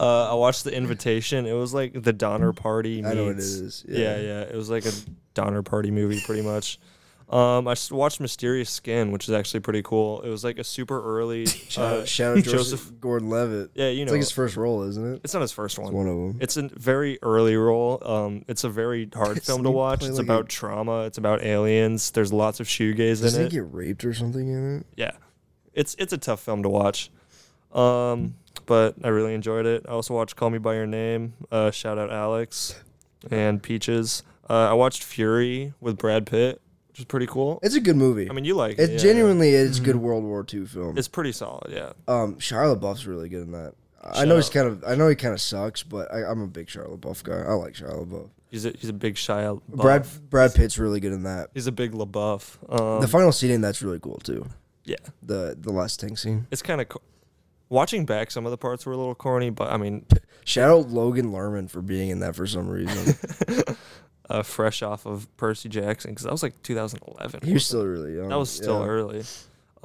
Speaker 5: Uh, I watched The Invitation. It was like the Donner Party. Meets,
Speaker 4: Hmm. I know what it is.
Speaker 5: Yeah. yeah, It was like a Donner Party movie, pretty much. Um, I s- watched Mysterious Skin, which is actually pretty cool. It was like a super early.
Speaker 4: Shout
Speaker 5: Uh,
Speaker 4: out, shout out
Speaker 5: Joseph.
Speaker 4: Joseph Gordon Levitt.
Speaker 5: Yeah, you
Speaker 4: It's
Speaker 5: know,
Speaker 4: like his first role, isn't it?
Speaker 5: it's not his first
Speaker 4: It's
Speaker 5: one.
Speaker 4: one of them.
Speaker 5: It's a very early role. Um, it's a very hard film to
Speaker 4: Doesn't he
Speaker 5: watch.
Speaker 4: play
Speaker 5: It's
Speaker 4: like a-
Speaker 5: about trauma. It's about aliens. There's lots of shoegaze
Speaker 4: Does
Speaker 5: in
Speaker 4: he
Speaker 5: it.
Speaker 4: get raped or something in it?
Speaker 5: yeah, it's it's a tough film to watch. Um, but I really enjoyed it. I also watched Call Me by Your Name. Uh, shout out Alex and Peaches. Uh, I watched Fury with Brad Pitt, which is pretty cool.
Speaker 4: It's a good movie.
Speaker 5: I mean, you like
Speaker 4: it
Speaker 5: it yeah,
Speaker 4: genuinely is a
Speaker 3: Mm-hmm.
Speaker 4: good World War II film.
Speaker 5: yeah. It's pretty solid. Yeah,
Speaker 4: um, Shia LaBeouf's really good in that. I
Speaker 5: Shout
Speaker 4: know he's
Speaker 5: out.
Speaker 4: kind of, I know he kind of sucks, but I, I'm a big Shia LaBeouf guy. I like Shia LaBeouf.
Speaker 5: he's a, he's a big Shia. LaBeouf.
Speaker 4: Brad Brad Pitt's really good in that.
Speaker 5: He's a big LaBeouf. Um,
Speaker 4: The final scene in that's really cool too.
Speaker 5: yeah.
Speaker 4: The the last tank scene.
Speaker 5: it's kind of co- watching back some of the parts were a little corny but i mean
Speaker 4: Shout out Logan Lerman for being in that for some reason.
Speaker 5: uh, fresh off of percy jackson because that was like 2011
Speaker 4: he was still really young.
Speaker 5: that was still
Speaker 4: Oh, yeah.
Speaker 5: early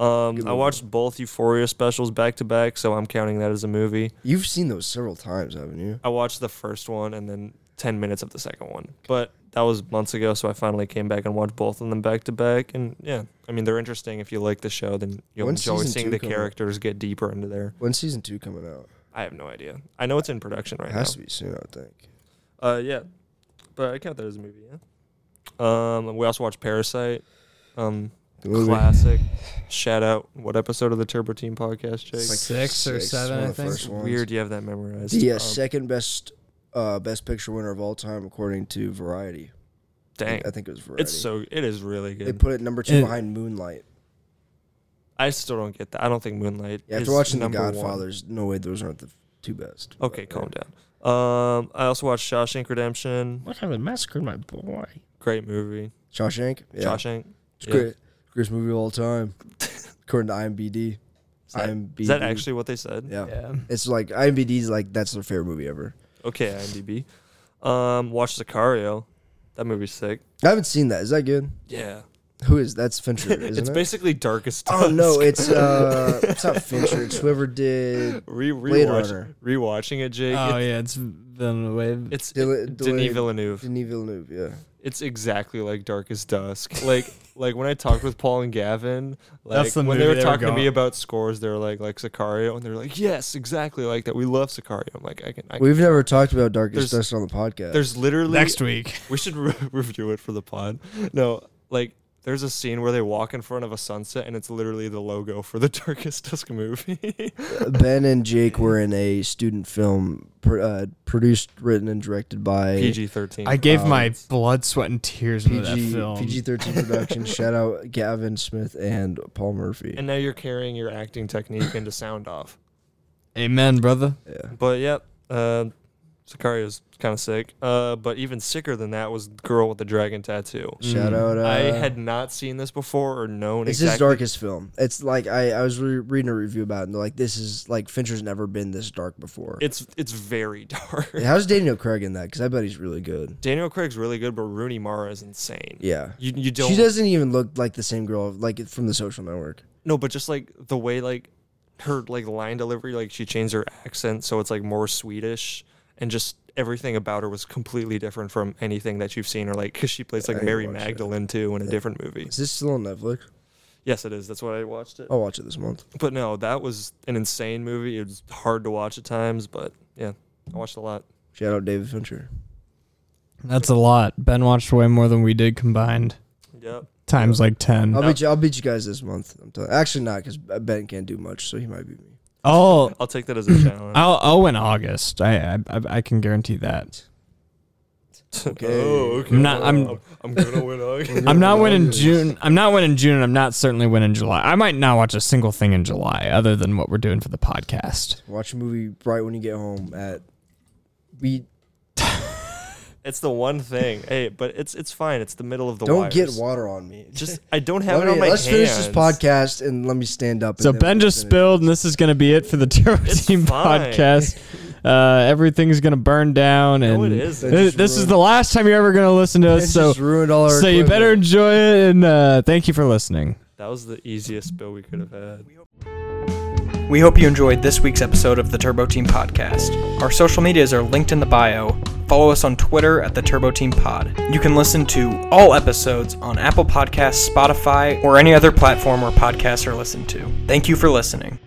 Speaker 5: um, I
Speaker 4: movie.
Speaker 5: watched both Euphoria specials back to back, so I'm counting that as a movie.
Speaker 4: You've seen those several times, haven't you?
Speaker 5: I watched the first one and then 10 minutes of the second one, but that was months ago, so I finally came back and watched both of them back to back. And yeah, I mean, they're interesting. If you like the show, then you'll
Speaker 4: When's
Speaker 5: enjoy
Speaker 4: season
Speaker 5: seeing
Speaker 4: two
Speaker 5: the
Speaker 4: coming?
Speaker 5: characters get deeper into there.
Speaker 4: When's season two coming out?
Speaker 5: I have no idea. I know it's in production right
Speaker 4: It
Speaker 5: now.
Speaker 4: has to be soon, I would think.
Speaker 5: Uh, yeah, but I count that as a movie. Yeah. Um, we also watched Parasite. Um,
Speaker 4: The movie.
Speaker 5: classic. Shout out. What episode of the Turbo Team podcast, Jake?
Speaker 4: It's like
Speaker 3: Six or
Speaker 4: it's
Speaker 3: seven,
Speaker 4: one
Speaker 3: I
Speaker 4: of the
Speaker 3: think.
Speaker 4: first ones.
Speaker 5: Weird. You have that memorized.
Speaker 4: The uh,
Speaker 5: Um,
Speaker 4: second best uh, best picture winner of all time, according to Variety.
Speaker 5: dang.
Speaker 4: I think it was Variety.
Speaker 5: It's so. It is really
Speaker 4: they
Speaker 5: good.
Speaker 4: put it number two
Speaker 3: It-
Speaker 4: behind Moonlight.
Speaker 5: I still don't get that. I don't think Moonlight.
Speaker 4: Yeah,
Speaker 5: is
Speaker 4: after watching The
Speaker 5: number one.
Speaker 4: Godfathers, no way those aren't the two best.
Speaker 5: Okay, calm down. Um, I also watched Shawshank Redemption.
Speaker 3: What happened? Massacred my boy.
Speaker 5: Great movie.
Speaker 4: Shawshank. Yeah.
Speaker 5: Shawshank.
Speaker 4: It's
Speaker 5: yeah.
Speaker 4: great. Greatest movie of all time, according to IMDb.
Speaker 5: Is that,
Speaker 4: IMDb.
Speaker 5: is that actually what they said?
Speaker 4: Yeah.
Speaker 3: Yeah.
Speaker 4: It's like IMDb's like that's their favorite movie ever.
Speaker 5: Okay, IMDb. Um, watched Sicario. That movie's sick.
Speaker 4: I haven't seen that. Is that good?
Speaker 5: Yeah.
Speaker 4: Who is that's Fincher? Isn't
Speaker 5: it's
Speaker 4: it?
Speaker 5: basically darkest.
Speaker 4: Oh no, it's uh, it's not Fincher. It's whoever did
Speaker 5: Re-
Speaker 4: Blade
Speaker 5: rewatch,
Speaker 4: Runner.
Speaker 5: rewatching it, Jake.
Speaker 3: Oh,
Speaker 5: it-
Speaker 3: yeah, it's Villeneuve.
Speaker 5: It's
Speaker 4: Dele-
Speaker 5: Denis
Speaker 4: Delayed-
Speaker 5: Villeneuve.
Speaker 4: Denis Villeneuve. Yeah,
Speaker 5: It's exactly like Darkest Dusk. Like like when I talked with Paul and Gavin, like
Speaker 3: That's the
Speaker 5: when they
Speaker 3: movie
Speaker 5: were
Speaker 3: they were
Speaker 5: talking to me
Speaker 3: going-
Speaker 5: about scores, they were like like Sicario, and they were like, yes, exactly like that. We love Sicario. I'm like, I can. I,
Speaker 4: we've never talked about Darkest
Speaker 5: There's-
Speaker 4: Dusk on the podcast.
Speaker 5: there's literally
Speaker 3: Next week.
Speaker 5: we should re- review it for the pod. No, like there's a scene where they walk in front of a sunset and it's literally the logo for the Darkest Dusk movie.
Speaker 4: Ben and Jake were in a student film pr- uh, produced, written, and directed by
Speaker 5: PG thirteen.
Speaker 3: I gave my blood, sweat, and tears into that
Speaker 4: PG
Speaker 3: film.
Speaker 4: PG thirteen production. Shout out Gavin Smith and Paul Murphy.
Speaker 5: and now you're carrying your acting technique into sound off.
Speaker 3: Amen, brother.
Speaker 5: But yep, uh, Sicario is kind of sick. Uh, but even sicker than that was Girl with the Dragon Tattoo.
Speaker 4: Shout out. Uh,
Speaker 5: Mm, I had not seen this before or known
Speaker 4: It's his
Speaker 5: exactly.
Speaker 4: darkest film. It's like I, I was re- reading a review about it, and they're like, "This is like Fincher's never been this dark before."
Speaker 5: It's it's very dark.
Speaker 4: How's Daniel Craig in that? Because I bet he's really good.
Speaker 5: Daniel Craig's really good, but Rooney Mara is insane.
Speaker 4: Yeah,
Speaker 5: You you don't
Speaker 4: she doesn't even look like the same girl like from the Social Network.
Speaker 5: no, but just like the way like her like line delivery, like she changed her accent so it's like more Swedish, and just everything about her was completely different from anything that you've seen, or like because she plays like
Speaker 4: I
Speaker 5: Mary
Speaker 4: watched it.
Speaker 5: Magdalene too in a different movie.
Speaker 4: Is this still on Netflix?
Speaker 5: Yes, it is. That's why I watched it.
Speaker 4: I'll watch it this month.
Speaker 5: But no, that was an insane movie. It was hard to watch at times, but yeah, I watched a lot.
Speaker 4: Shout out David Fincher.
Speaker 3: That's a lot. Ben watched way more than we did combined,
Speaker 5: Yep.
Speaker 3: times like ten.
Speaker 4: I'll beat you. I'll beat you guys this month. I'm telling. Actually, not because Ben can't do much, so he might beat me.
Speaker 3: Oh,
Speaker 5: I'll take that as a challenge.
Speaker 3: I'll owe in August. I I, I I can guarantee that.
Speaker 4: Okay.
Speaker 5: Oh, okay.
Speaker 3: I'm not- I'm-
Speaker 5: I'm, I'm gonna win. August.
Speaker 3: I'm not winning June. I'm not winning June, and I'm not certainly winning July. I might not watch a single thing in July other than what we're doing for the podcast.
Speaker 4: Watch a movie right when you get home at. We
Speaker 5: it's the one thing. Hey, but it's it's fine. It's the middle of the.
Speaker 4: don't
Speaker 5: wires.
Speaker 4: get water on me.
Speaker 5: Just I don't have
Speaker 4: Let
Speaker 5: it on
Speaker 4: me-
Speaker 5: my
Speaker 4: let's finish this
Speaker 5: hands.
Speaker 4: podcast and let me stand up. and
Speaker 3: So
Speaker 4: then we
Speaker 3: Ben
Speaker 4: can
Speaker 3: just
Speaker 4: finish.
Speaker 3: spilled, and this is going to be it for the Terror
Speaker 5: It's
Speaker 3: Team
Speaker 5: fine.
Speaker 3: podcast. Uh, everything's going to burn down, and
Speaker 5: it isn't.
Speaker 3: thi-
Speaker 4: Just
Speaker 3: this is
Speaker 4: ruined-
Speaker 3: the last time you're ever going to listen to
Speaker 4: Ben
Speaker 3: us. So,
Speaker 4: just ruined all our.
Speaker 3: so you better
Speaker 4: equipment.
Speaker 3: enjoy it, and uh, thank you for listening.
Speaker 5: That was the easiest bill we could have had.
Speaker 6: We hope you enjoyed this week's episode of the Turbo Team Podcast. Our social medias are linked in the bio. Follow us on Twitter at the Turbo Team Pod. You can listen to all episodes on Apple Podcasts, Spotify, or any other platform where podcasts are listened to. Thank you for listening.